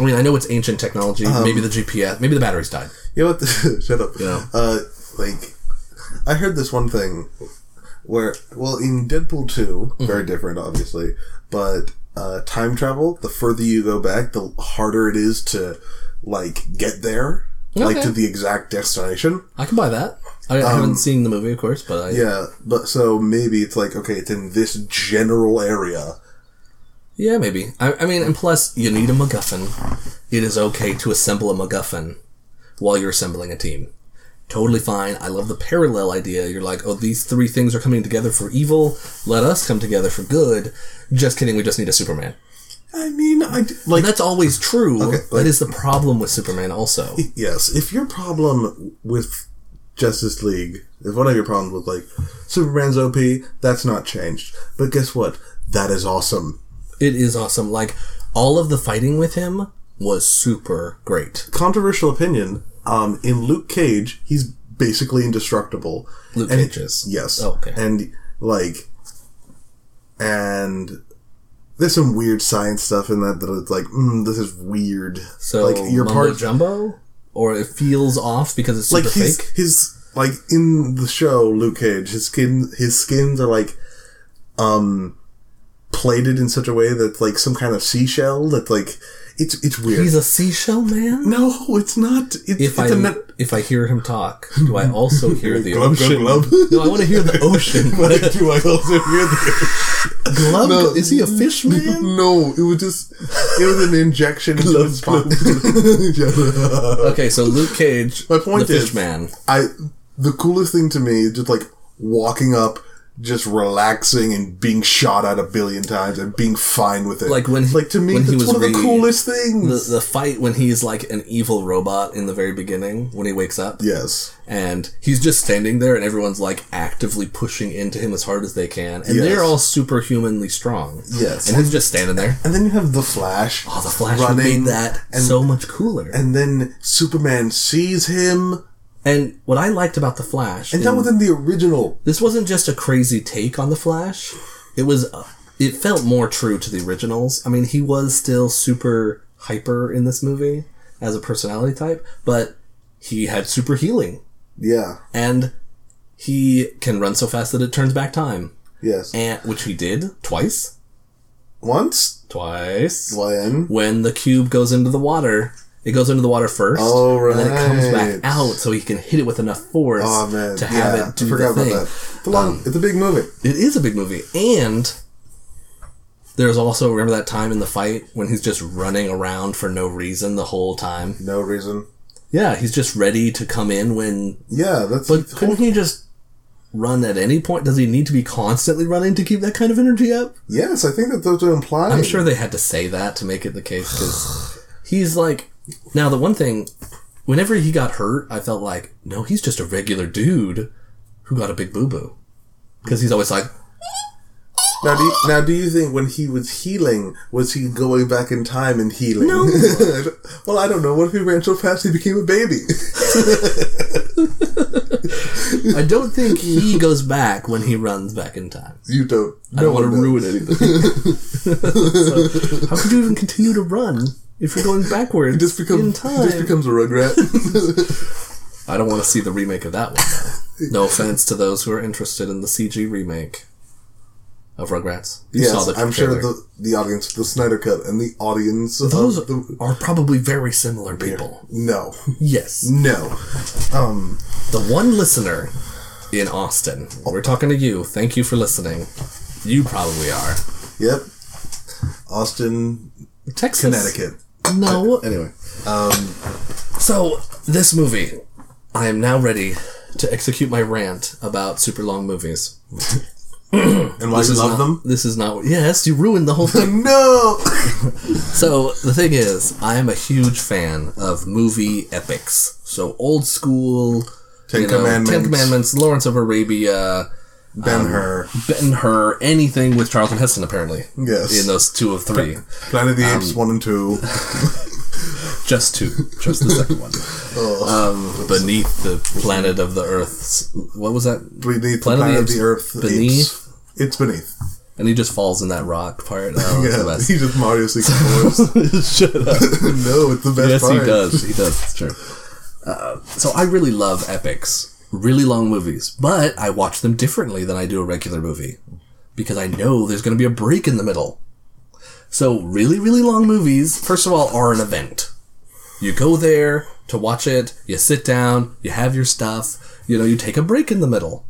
[SPEAKER 2] I mean, I know it's ancient technology. maybe the GPS. Maybe the batteries died.
[SPEAKER 1] You know what? Shut up.
[SPEAKER 2] Yeah.
[SPEAKER 1] Uh, like, I heard this one thing where, well, in Deadpool 2,
[SPEAKER 2] Mm-hmm.
[SPEAKER 1] very different, obviously, but uh, time travel, the further you go back, the harder it is to, like, get there, like,
[SPEAKER 2] Okay.
[SPEAKER 1] to the exact destination.
[SPEAKER 2] I can buy that. I, I haven't seen the movie, of course, but I, yeah.
[SPEAKER 1] Yeah, but so maybe it's like, okay, it's in this general area.
[SPEAKER 2] maybe. I, I mean, and plus, you need a MacGuffin. It is okay to assemble a MacGuffin while you're assembling a team. Totally fine. I love the parallel idea. You're like, oh, these three things are coming together for evil. Let us come together for good. Just kidding. We just need a Superman.
[SPEAKER 1] I mean, I, d- like,
[SPEAKER 2] That's always true.
[SPEAKER 1] like-
[SPEAKER 2] that is the problem with Superman. Also,
[SPEAKER 1] Yes, if your problem with Justice League, if one of your problems was like Superman's OP, that's not changed. But guess what? That is awesome.
[SPEAKER 2] It is awesome. Like all of the fighting with him was super great.
[SPEAKER 1] Controversial opinion. Um, in Luke Cage, he's basically indestructible.
[SPEAKER 2] Luke
[SPEAKER 1] And-
[SPEAKER 2] Cage is.
[SPEAKER 1] Yes.
[SPEAKER 2] Oh, okay.
[SPEAKER 1] And like, and there's some weird science stuff in that that it's like, mm, this is weird.
[SPEAKER 2] So
[SPEAKER 1] like your
[SPEAKER 2] mumbo
[SPEAKER 1] part,
[SPEAKER 2] jumbo, or it feels off because it's
[SPEAKER 1] like
[SPEAKER 2] super
[SPEAKER 1] his
[SPEAKER 2] fake.
[SPEAKER 1] his like in the show Luke Cage, his skin his skins are like, um, plated in such a way that like some kind of seashell that like it's it's weird.
[SPEAKER 2] He's a seashell man.
[SPEAKER 1] no, it's not. It's,
[SPEAKER 2] If
[SPEAKER 1] it's
[SPEAKER 2] I
[SPEAKER 1] a net-
[SPEAKER 2] if I hear him talk, do I also hear the
[SPEAKER 1] glub,
[SPEAKER 2] ocean?
[SPEAKER 1] glub,
[SPEAKER 2] No, I want to hear the ocean.
[SPEAKER 1] glub. Do I also hear the
[SPEAKER 2] glub?
[SPEAKER 1] No.
[SPEAKER 2] Is he a fish man?
[SPEAKER 1] No, it was just it was an injection into his spine.
[SPEAKER 2] Okay, so Luke Cage,
[SPEAKER 1] My point
[SPEAKER 2] the
[SPEAKER 1] is-
[SPEAKER 2] fish man.
[SPEAKER 1] I the coolest thing to me is just like walking up, just relaxing and being shot at a billion times and being fine with it.
[SPEAKER 2] Like when he-
[SPEAKER 1] like to me,
[SPEAKER 2] when he
[SPEAKER 1] that's
[SPEAKER 2] was
[SPEAKER 1] one of the
[SPEAKER 2] re-
[SPEAKER 1] coolest
[SPEAKER 2] The,
[SPEAKER 1] things.
[SPEAKER 2] the fight when he's like an evil robot in the very beginning when he wakes up
[SPEAKER 1] yes,
[SPEAKER 2] and he's just standing there and everyone's like actively pushing into him as hard as they can and
[SPEAKER 1] Yes.
[SPEAKER 2] they're all superhumanly strong
[SPEAKER 1] Yes.
[SPEAKER 2] and he's just standing there
[SPEAKER 1] and then you have the Flash.
[SPEAKER 2] oh the flash would made that so much cooler and,
[SPEAKER 1] and then Superman sees him,
[SPEAKER 2] what i liked about the flash
[SPEAKER 1] and
[SPEAKER 2] in-
[SPEAKER 1] that was in the original.
[SPEAKER 2] this wasn't just a crazy take on the Flash. It was uh, it felt more true to the originals. I mean, he was still super hyper in this movie as a personality type, but he had super healing
[SPEAKER 1] Yeah,
[SPEAKER 2] and he can run so fast that it turns back time,
[SPEAKER 1] yes.
[SPEAKER 2] and which he did twice,
[SPEAKER 1] Once,
[SPEAKER 2] twice.
[SPEAKER 1] when
[SPEAKER 2] When the cube goes into the water, it goes into the water first,
[SPEAKER 1] Oh,
[SPEAKER 2] and then it comes
[SPEAKER 1] right.
[SPEAKER 2] back out, so he can hit it with enough force
[SPEAKER 1] oh man,
[SPEAKER 2] to have
[SPEAKER 1] yeah,
[SPEAKER 2] it do
[SPEAKER 1] I forgot
[SPEAKER 2] the thing. Um,
[SPEAKER 1] about that. It's a, long, it's a big movie.
[SPEAKER 2] It is a big movie, and there's also remember that time in the fight when he's just running around for no reason the whole time.
[SPEAKER 1] No reason.
[SPEAKER 2] Yeah, he's just ready to come in when.
[SPEAKER 1] Yeah, that's
[SPEAKER 2] But couldn't he just run at any point? Does he need to be constantly running to keep that kind of energy up?
[SPEAKER 1] yes. I think that those are implying.
[SPEAKER 2] I'm sure they had to say that to make it the case because he's like. Now the one thing, whenever he got hurt, I felt like no, he's just a regular dude who got a big boo boo because he's always like.
[SPEAKER 1] Now, do you, now, do you think when he was healing, was he going back in time and healing?
[SPEAKER 2] No.
[SPEAKER 1] well, I don't know. What if he ran so fast he became a baby?
[SPEAKER 2] I don't think he goes back when he runs back in time.
[SPEAKER 1] you don't.
[SPEAKER 2] I don't want to ruin anything. so, how could you even continue to run if you're going backwards
[SPEAKER 1] Just becomes
[SPEAKER 2] in time?
[SPEAKER 1] just becomes a rugrat.
[SPEAKER 2] I don't want to see the remake of that one. Though. No offense to those who are interested in the CG remake of Rugrats. You
[SPEAKER 1] yes,
[SPEAKER 2] saw the
[SPEAKER 1] I'm sure
[SPEAKER 2] trailer.
[SPEAKER 1] the the audience, the Snyder cut, and the audience. of
[SPEAKER 2] those
[SPEAKER 1] the,
[SPEAKER 2] are probably very similar people.
[SPEAKER 1] no,
[SPEAKER 2] Yes,
[SPEAKER 1] no. Um,
[SPEAKER 2] the one listener in Austin. We're talking to you. Thank you for listening. You probably are
[SPEAKER 1] yep. Austin,
[SPEAKER 2] Texas,
[SPEAKER 1] Connecticut.
[SPEAKER 2] No, Um,
[SPEAKER 1] Anyway,
[SPEAKER 2] So, this movie, I am now ready to execute my rant about super long movies.
[SPEAKER 1] and why Oh, you
[SPEAKER 2] This is
[SPEAKER 1] love
[SPEAKER 2] not-
[SPEAKER 1] them?
[SPEAKER 2] This is not. Yes, you ruined the whole thing.
[SPEAKER 1] No.
[SPEAKER 2] so, the thing is, I am a huge fan of movie epics. So, old school.
[SPEAKER 1] Ten
[SPEAKER 2] you know,
[SPEAKER 1] Commandments.
[SPEAKER 2] Ten Commandments, Um, Lawrence of Arabia,
[SPEAKER 1] ben Hur,
[SPEAKER 2] Ben Hur, anything with Charlton Heston, apparently.
[SPEAKER 1] Yes.
[SPEAKER 2] In those two of three.
[SPEAKER 1] Planet of the
[SPEAKER 2] um,
[SPEAKER 1] Apes one and two.
[SPEAKER 2] Just two. Just the second one. Um, beneath the planet of the Earth's. What was that?
[SPEAKER 1] Beneath
[SPEAKER 2] Planet
[SPEAKER 1] the planet
[SPEAKER 2] of the
[SPEAKER 1] of
[SPEAKER 2] Apes
[SPEAKER 1] the Earth.
[SPEAKER 2] beneath?
[SPEAKER 1] Apes. It's beneath.
[SPEAKER 2] And he just falls in that rock part. Oh, it's the
[SPEAKER 1] Yeah,
[SPEAKER 2] best.
[SPEAKER 1] he just Mario sixty fours.
[SPEAKER 2] Shut up.
[SPEAKER 1] no, it's the best
[SPEAKER 2] Yes,
[SPEAKER 1] part.
[SPEAKER 2] he does. He does. It's true. Uh, so I really love epics, really long movies, but I watch them differently than I do a regular movie because I know there's going to be a break in the middle. So really, really long movies, first of all, are an event. You go there to watch it. You sit down. You have your stuff. You know, you take a break in the middle.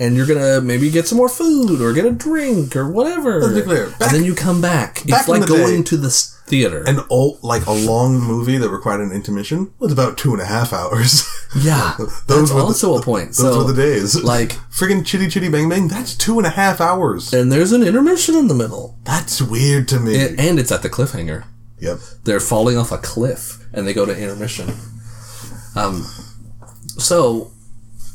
[SPEAKER 2] And you're gonna maybe get some more food or get a drink or whatever.
[SPEAKER 1] Let's be clear, back-
[SPEAKER 2] and then you come back.
[SPEAKER 1] back
[SPEAKER 2] it's
[SPEAKER 1] in
[SPEAKER 2] like
[SPEAKER 1] the day-
[SPEAKER 2] going to the s- theater.
[SPEAKER 1] An old, like a long movie that required an intermission was about two and a half hours.
[SPEAKER 2] Yeah,
[SPEAKER 1] Those
[SPEAKER 2] that's
[SPEAKER 1] were the-
[SPEAKER 2] also a point.
[SPEAKER 1] Those
[SPEAKER 2] so,
[SPEAKER 1] were the days.
[SPEAKER 2] Like,
[SPEAKER 1] Friggin' Chitty Chitty Bang Bang. That's two and a half hours.
[SPEAKER 2] and there's an intermission in the middle,
[SPEAKER 1] That's weird to me.
[SPEAKER 2] and, and it's at the cliffhanger.
[SPEAKER 1] yep.
[SPEAKER 2] They're falling off a cliff, and they go to intermission. Um, so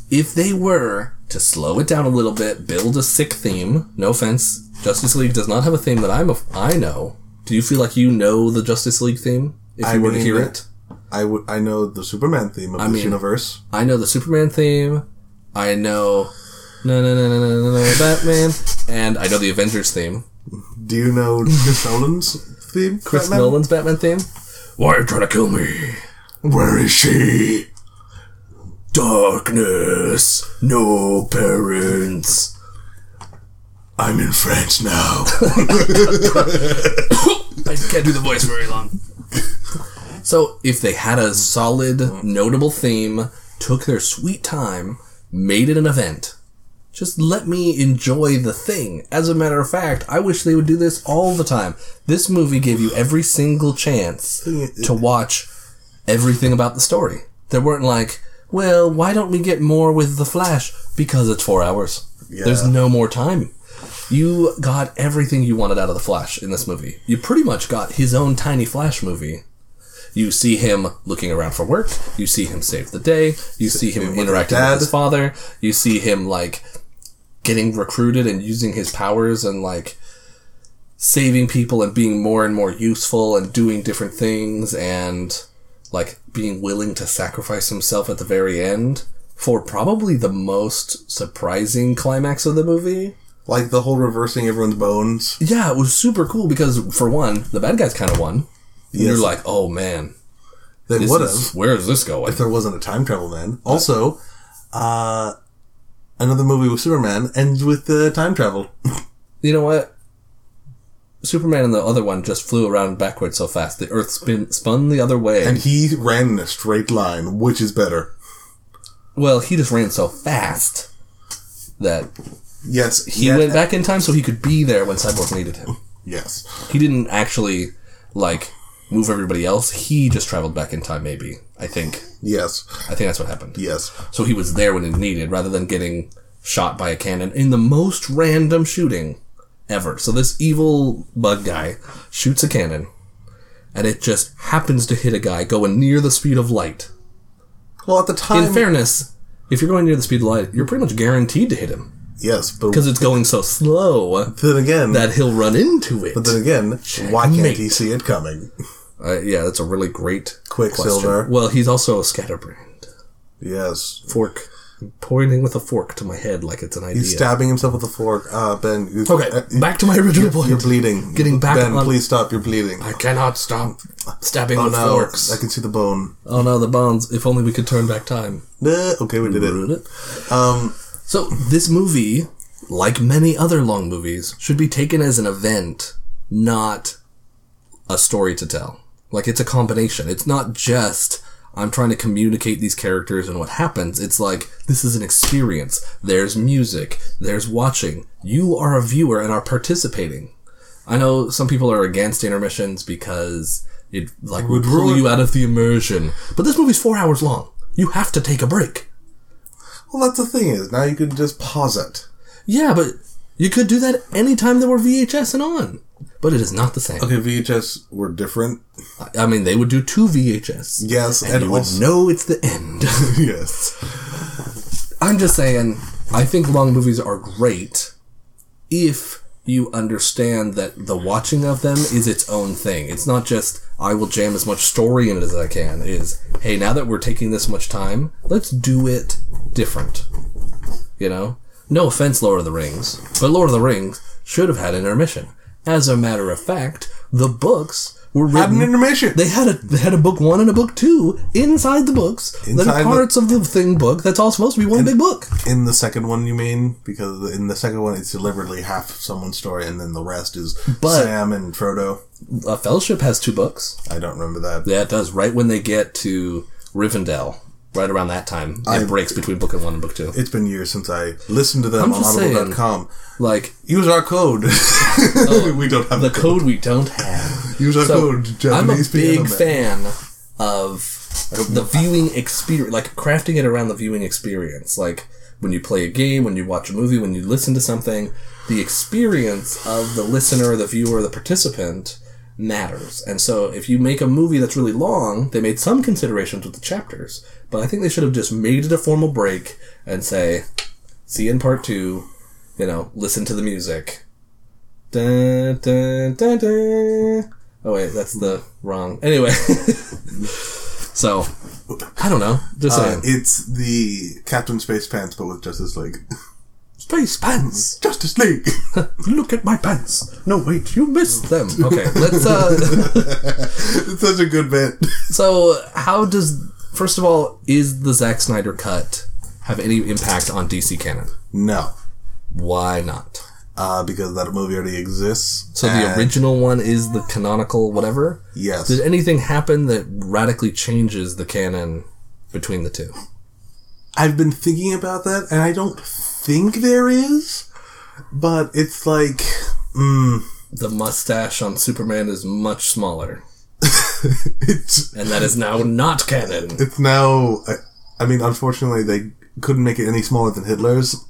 [SPEAKER 2] if they were to slow it down a little bit, build a sick theme. No offense, Justice League does not have a theme that I'm a, I know. Do you feel like you know the Justice League theme if you
[SPEAKER 1] I
[SPEAKER 2] were to
[SPEAKER 1] mean uh,
[SPEAKER 2] hear
[SPEAKER 1] it.
[SPEAKER 2] it?
[SPEAKER 1] I would. I know the Superman theme of this
[SPEAKER 2] mean-
[SPEAKER 1] universe.
[SPEAKER 2] I know the Superman theme. I know no no no no no no no Batman, and I know the Avengers theme.
[SPEAKER 1] Do you know Chris Nolan's theme?
[SPEAKER 2] Chris
[SPEAKER 1] Batman?
[SPEAKER 2] Nolan's Batman theme. Why are you trying to kill me?
[SPEAKER 1] Where is she?
[SPEAKER 2] Darkness, no parents.
[SPEAKER 1] I'm in France now.
[SPEAKER 2] I can't do the voice very long. so if they had a solid, notable theme, took their sweet time, made it an event. Just let me enjoy the thing. As a matter of fact, I wish they would do this all the time. This movie gave you every single chance to watch everything about the story. There weren't like, well, why don't we get more with The Flash? Because it's four hours. There's no more time. You got everything you wanted out of The Flash in this movie. You pretty much got his own tiny Flash movie. You see him looking around for work. You see him save the day. You see him interacting with
[SPEAKER 1] dad.
[SPEAKER 2] his father. You see him, like, getting recruited and using his powers and, like, saving people and being more and more useful and doing different things and like being willing to sacrifice himself at the very end for probably the most surprising climax of the movie.
[SPEAKER 1] like the whole reversing everyone's bones.
[SPEAKER 2] Yeah, it was super cool because for one, the bad guys kind of won. And You're
[SPEAKER 1] Yes.
[SPEAKER 2] like, oh man,
[SPEAKER 1] They
[SPEAKER 2] this
[SPEAKER 1] would have.
[SPEAKER 2] is, where is this going?
[SPEAKER 1] if there wasn't a time travel man. Also, uh, another movie with Superman ends with uh, time travel.
[SPEAKER 2] You know what? Superman and the other one just flew around backwards so fast. The Earth spin, spun the other way.
[SPEAKER 1] And he ran in a straight line, which is better.
[SPEAKER 2] well, he just ran so fast that
[SPEAKER 1] Yes,
[SPEAKER 2] He went back in time so he could be there when Cyborg needed him.
[SPEAKER 1] Yes,
[SPEAKER 2] He didn't actually like move everybody else. He just traveled back in time. Maybe I think
[SPEAKER 1] yes,
[SPEAKER 2] I think that's what happened.
[SPEAKER 1] yes.
[SPEAKER 2] So he was there when it needed, rather than getting shot by a cannon in the most random shooting ever. So this evil bug guy shoots a cannon, and it just happens to hit a guy going near the speed of light.
[SPEAKER 1] Well, at the time,
[SPEAKER 2] In fairness, if you're going near the speed of light, you're pretty much guaranteed to hit him
[SPEAKER 1] yes, but
[SPEAKER 2] because it's going so slow
[SPEAKER 1] then again,
[SPEAKER 2] that he'll run into it.
[SPEAKER 1] but then again, why can't
[SPEAKER 2] Checkmate.
[SPEAKER 1] he see it coming?
[SPEAKER 2] Uh, yeah, that's a really great
[SPEAKER 1] Quicksilver.
[SPEAKER 2] question. Well, he's also a scatterbrained
[SPEAKER 1] Yes,
[SPEAKER 2] fork, I'm pointing with a fork to my head like it's an idea.
[SPEAKER 1] he's stabbing himself with a fork. Ah, Ben, you,
[SPEAKER 2] okay,
[SPEAKER 1] uh,
[SPEAKER 2] back to my original
[SPEAKER 1] you're
[SPEAKER 2] point.
[SPEAKER 1] bleeding.
[SPEAKER 2] Getting back
[SPEAKER 1] Ben,
[SPEAKER 2] on-
[SPEAKER 1] please stop. You're bleeding.
[SPEAKER 2] I cannot stop stabbing
[SPEAKER 1] Oh
[SPEAKER 2] with
[SPEAKER 1] no,
[SPEAKER 2] forks.
[SPEAKER 1] I can see the bone.
[SPEAKER 2] oh no, the bones! If only we could turn back time.
[SPEAKER 1] Nah, okay, we did it. Um,
[SPEAKER 2] So this movie, like many other long movies, should be taken as an event, not a story to tell. Like it's a combination. It's not just I'm trying to communicate these characters and what happens. It's like this is an experience. There's music. There's watching. You are a viewer and are participating. I know some people are against intermissions because it like would pull
[SPEAKER 1] ruin-
[SPEAKER 2] you out of the immersion. But this movie's four hours long. You have to take a break.
[SPEAKER 1] well, that's the thing is now you can just pause it.
[SPEAKER 2] Yeah, but you could do that anytime there were VHS and on. But it is not the same.
[SPEAKER 1] Okay, VHS were different.
[SPEAKER 2] I mean, they would do two VHS.
[SPEAKER 1] Yes,
[SPEAKER 2] and,
[SPEAKER 1] and
[SPEAKER 2] you would
[SPEAKER 1] also-
[SPEAKER 2] know it's the end.
[SPEAKER 1] yes,
[SPEAKER 2] I'm just saying, I think long movies are great if you understand that the watching of them is its own thing. It's not just I will jam as much story in it as I can. It Is hey, now that we're taking this much time, let's do it different. You know, no offense, Lord of the Rings, but Lord of the Rings should have had an intermission. As a matter of fact, the books were
[SPEAKER 1] had an
[SPEAKER 2] written
[SPEAKER 1] intermission.
[SPEAKER 2] they had a they had a book one and a book two inside the books that
[SPEAKER 1] Inside
[SPEAKER 2] are
[SPEAKER 1] the-
[SPEAKER 2] parts of the thing book that's all supposed to be one big book.
[SPEAKER 1] in the second one, you mean? Because in the second one, it's deliberately half someone's story, and then the rest is
[SPEAKER 2] But-
[SPEAKER 1] Sam and Frodo.
[SPEAKER 2] A fellowship has two books.
[SPEAKER 1] I don't remember that.
[SPEAKER 2] Yeah, it does. Right when they get to Rivendell, right around that time, it breaks between book and one and book two.
[SPEAKER 1] It's been years since I listened to them
[SPEAKER 2] I'm
[SPEAKER 1] on
[SPEAKER 2] just
[SPEAKER 1] audible.com.
[SPEAKER 2] Like uh,
[SPEAKER 1] Use our code. we don't have
[SPEAKER 2] the
[SPEAKER 1] a code.
[SPEAKER 2] code we don't have.
[SPEAKER 1] Use our
[SPEAKER 2] So,
[SPEAKER 1] code.
[SPEAKER 2] I'm a
[SPEAKER 1] Japanese piano
[SPEAKER 2] big
[SPEAKER 1] man.
[SPEAKER 2] fan of the viewing experience, like crafting it around the viewing experience. Like when you play a game, when you watch a movie, when you listen to something, the experience of the listener, the viewer, the participant matters. And so if you make a movie that's really long, they made some considerations with the chapters, But I think they should have just made it a formal break and say, "See you in part two. You know, listen to the music. Dun, dun, dun, dun. Oh wait, that's the wrong. Anyway, so I don't know. Just
[SPEAKER 1] Uh,
[SPEAKER 2] saying,
[SPEAKER 1] it's the Captain Space Pants, but with Justice League.
[SPEAKER 2] space pants.
[SPEAKER 1] Justice League.
[SPEAKER 2] Look at my pants. No wait, you missed them. Okay, let's. uh
[SPEAKER 1] it's such a good bit.
[SPEAKER 2] So, how does first of all is the Zack Snyder cut have any impact on DC canon?
[SPEAKER 1] No,
[SPEAKER 2] Why not?
[SPEAKER 1] uh, because that movie already exists.
[SPEAKER 2] So the
[SPEAKER 1] and-
[SPEAKER 2] original one is the canonical whatever.
[SPEAKER 1] Yes.
[SPEAKER 2] Did anything happen that radically changes the canon between the two?
[SPEAKER 1] I've been thinking about that, and I don't think there is, but it's like, mm,
[SPEAKER 2] The mustache on Superman is much smaller,
[SPEAKER 1] it's
[SPEAKER 2] and that is now not canon.
[SPEAKER 1] it's now. I, I mean, unfortunately, they couldn't make it any smaller than Hitler's.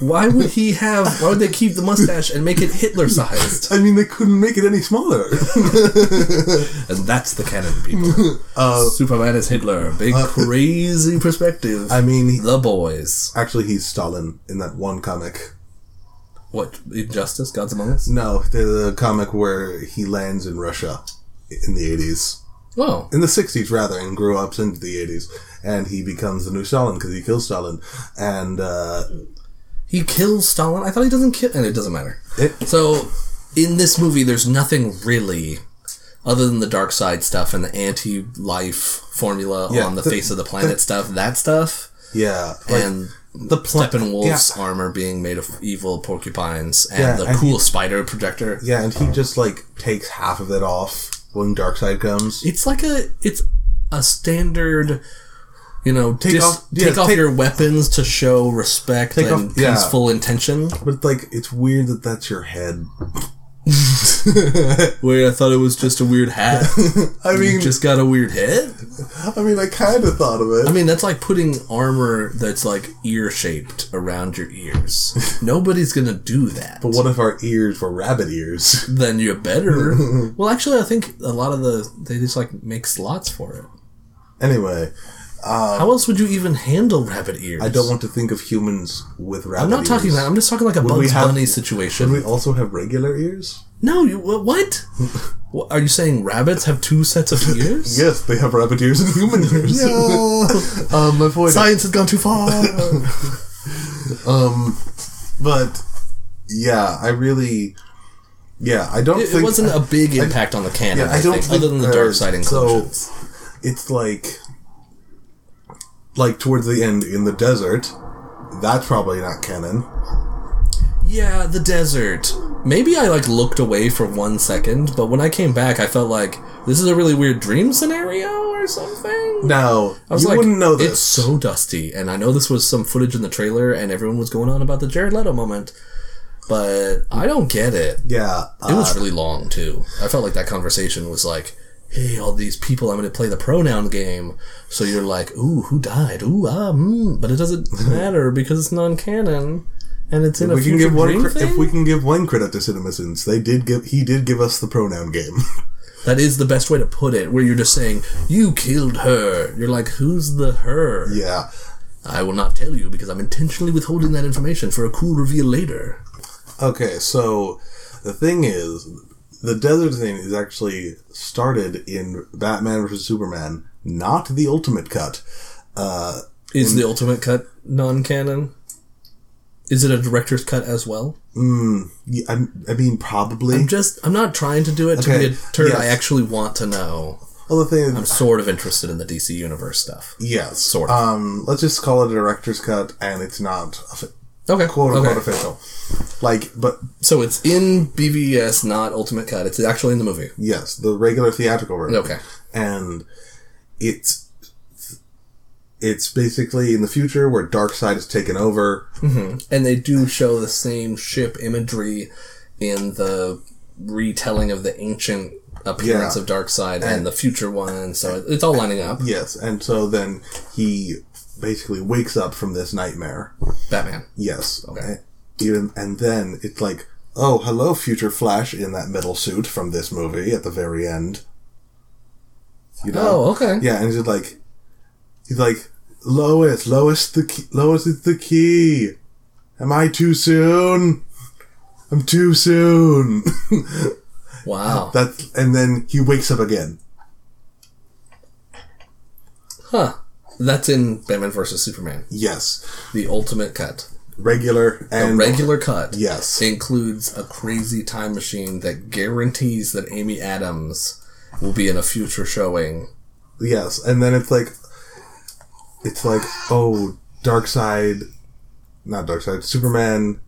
[SPEAKER 2] Why would he have? Why would they keep the mustache and make it Hitler sized?
[SPEAKER 1] I mean, they couldn't make it any smaller.
[SPEAKER 2] And that's the canon, people.
[SPEAKER 1] Uh,
[SPEAKER 2] Superman is Hitler. Big crazy perspective.
[SPEAKER 1] I mean, he,
[SPEAKER 2] the boys.
[SPEAKER 1] actually, he's Stalin in that one comic.
[SPEAKER 2] What injustice? Gods Among Us?
[SPEAKER 1] No, the, the comic where he lands in Russia in the eighties,
[SPEAKER 2] Oh,
[SPEAKER 1] in the sixties rather, and grew up into the eighties, and he becomes the new Stalin because he kills Stalin, and uh,
[SPEAKER 2] he kills Stalin. I thought he doesn't kill, and it doesn't matter.
[SPEAKER 1] It-
[SPEAKER 2] so, in this movie, there's nothing really, other than the dark side stuff and the anti-life formula
[SPEAKER 1] Yeah,
[SPEAKER 2] on the,
[SPEAKER 1] the-
[SPEAKER 2] face of the planet stuff. That stuff
[SPEAKER 1] yeah, like,
[SPEAKER 2] and.
[SPEAKER 1] the pla-
[SPEAKER 2] Steppenwolf's
[SPEAKER 1] yeah.
[SPEAKER 2] armor being made of evil porcupines and
[SPEAKER 1] Yeah,
[SPEAKER 2] the
[SPEAKER 1] and
[SPEAKER 2] cool
[SPEAKER 1] he-
[SPEAKER 2] spider projector.
[SPEAKER 1] Yeah, and he just like takes half of it off when Darkseid comes.
[SPEAKER 2] It's like a it's a standard, you know, take
[SPEAKER 1] off- yeah,
[SPEAKER 2] take off
[SPEAKER 1] take-
[SPEAKER 2] your weapons to show respect and
[SPEAKER 1] off- yeah.
[SPEAKER 2] peaceful intention.
[SPEAKER 1] But like, it's weird that that's your head.
[SPEAKER 2] Wait, I thought it was just a weird hat.
[SPEAKER 1] I
[SPEAKER 2] you
[SPEAKER 1] mean,
[SPEAKER 2] just got a weird head?
[SPEAKER 1] I mean, I kind of thought of it.
[SPEAKER 2] I mean, that's like putting armor that's like ear shaped around your ears. Nobody's gonna do that.
[SPEAKER 1] but what if our ears were rabbit ears?
[SPEAKER 2] then you better. well, actually, I think a lot of the. They just like make slots for it.
[SPEAKER 1] anyway,
[SPEAKER 2] How else would you even handle rabbit ears?
[SPEAKER 1] Uh, I don't want to think of humans with rabbit.
[SPEAKER 2] I'm not talking
[SPEAKER 1] ears.
[SPEAKER 2] that. I'm just talking like a
[SPEAKER 1] we
[SPEAKER 2] Bugs
[SPEAKER 1] have-
[SPEAKER 2] Bunny situation.
[SPEAKER 1] Should we also have regular ears?
[SPEAKER 2] no, you. wha- What? Wha- Are you saying rabbits have two sets of ears?
[SPEAKER 1] Yes, they have rabbit ears and human ears. um, my point.
[SPEAKER 2] Science has gone too far.
[SPEAKER 1] Um, but yeah, I really, yeah, I don't
[SPEAKER 2] It,
[SPEAKER 1] think
[SPEAKER 2] it wasn't a big impact on the canon.
[SPEAKER 1] yeah,
[SPEAKER 2] I,
[SPEAKER 1] I don't
[SPEAKER 2] think,
[SPEAKER 1] think
[SPEAKER 2] other than the
[SPEAKER 1] there-
[SPEAKER 2] dark side
[SPEAKER 1] so-
[SPEAKER 2] inclusions.
[SPEAKER 1] it's like like towards the end in the desert that's probably not canon
[SPEAKER 2] yeah, the desert. Maybe I like looked away for one second, but when I came back, I felt like this is a really weird dream scenario or something.
[SPEAKER 1] now
[SPEAKER 2] I was
[SPEAKER 1] you
[SPEAKER 2] like,
[SPEAKER 1] wouldn't know this
[SPEAKER 2] It's so dusty, and I know this was some footage in the trailer, and everyone was going on about the Jared Leto moment, but I don't get it.
[SPEAKER 1] yeah
[SPEAKER 2] It
[SPEAKER 1] uh,
[SPEAKER 2] was really long too. I felt like that conversation was like, "Hey, all these people, I'm going to play the pronoun game." So you're like, "Ooh, who died? Ooh, ah, mm. but it doesn't matter because it's non-canon, and it's in a
[SPEAKER 1] we can
[SPEAKER 2] future
[SPEAKER 1] give one
[SPEAKER 2] dream
[SPEAKER 1] cre-
[SPEAKER 2] thing.
[SPEAKER 1] if we can give one credit to CinemaSins they did give he did give us the pronoun game
[SPEAKER 2] That is the best way to put it. Where you're just saying, "You killed her." You're like, "Who's the her?"
[SPEAKER 1] yeah
[SPEAKER 2] I will not tell you because I'm intentionally withholding that information for a cool reveal later.
[SPEAKER 1] okay so the thing is the desert thing is actually started in Batman vs Superman not the ultimate cut uh
[SPEAKER 2] Is the ultimate cut non-canon? Is it a director's cut as well?
[SPEAKER 1] y- I'm- I, mean probably
[SPEAKER 2] I'm just I'm not trying to do it to
[SPEAKER 1] Okay,
[SPEAKER 2] be a turd. I
[SPEAKER 1] yes.
[SPEAKER 2] actually want to know.
[SPEAKER 1] well the thing is
[SPEAKER 2] Sort of interested in the DC universe stuff.
[SPEAKER 1] Yes,
[SPEAKER 2] Sort of.
[SPEAKER 1] Um, let's just call it a director's cut, and it's not offi-
[SPEAKER 2] Okay,
[SPEAKER 1] quote
[SPEAKER 2] okay.
[SPEAKER 1] unquote official. Like, but
[SPEAKER 2] So it's in BVS, not Ultimate Cut. It's actually in the movie.
[SPEAKER 1] yes, the regular theatrical version.
[SPEAKER 2] Okay.
[SPEAKER 1] and it's it's basically in the future where Darkseid is taken over.
[SPEAKER 2] And they do show the same ship imagery in the retelling of the ancient appearance
[SPEAKER 1] Yeah.
[SPEAKER 2] of Darkseid and, the future one. So it- it's all lining up.
[SPEAKER 1] Yes, and so then he basically wakes up from this nightmare.
[SPEAKER 2] Batman.
[SPEAKER 1] Yes,
[SPEAKER 2] Okay.
[SPEAKER 1] Even and then it's like, oh, hello, future Flash in that metal suit from this movie at the very end. You know?
[SPEAKER 2] Oh, okay.
[SPEAKER 1] Yeah, and he's just like, He's like, Lois, Lois, the key, Lois is the key. Am I too soon? I'm too soon.
[SPEAKER 2] Wow.
[SPEAKER 1] That's and then he wakes up again.
[SPEAKER 2] Huh. That's in Batman versus Superman.
[SPEAKER 1] Yes,
[SPEAKER 2] The ultimate cut.
[SPEAKER 1] regular
[SPEAKER 2] The
[SPEAKER 1] and
[SPEAKER 2] regular cut
[SPEAKER 1] Yes,
[SPEAKER 2] includes a crazy time machine that guarantees that Amy Adams will be in a future showing.
[SPEAKER 1] yes, and then it's like, it's like, oh, Dark Side, not Dark Side, Superman.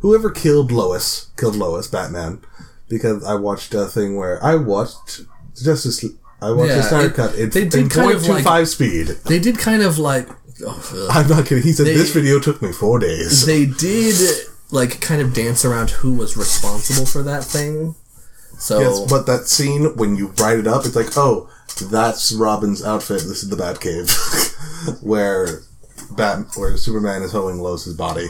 [SPEAKER 1] Whoever killed Lois killed Lois, Batman, because I watched a thing where I watched Justice. I watched
[SPEAKER 2] Yeah,
[SPEAKER 1] the Snyder
[SPEAKER 2] it-
[SPEAKER 1] Cut. It's
[SPEAKER 2] they did
[SPEAKER 1] in
[SPEAKER 2] kind of
[SPEAKER 1] 0.25
[SPEAKER 2] like-
[SPEAKER 1] speed.
[SPEAKER 2] They did kind of like. oh, ugh.
[SPEAKER 1] I'm not kidding. He said
[SPEAKER 2] They-
[SPEAKER 1] this video took me four days.
[SPEAKER 2] they did like kind of dance around who was responsible for that thing. So
[SPEAKER 1] Yes, but that scene when you write it up, it's like, oh, that's Robin's outfit. This is the Batcave, where Bat, where Superman is hoeing Lois's body.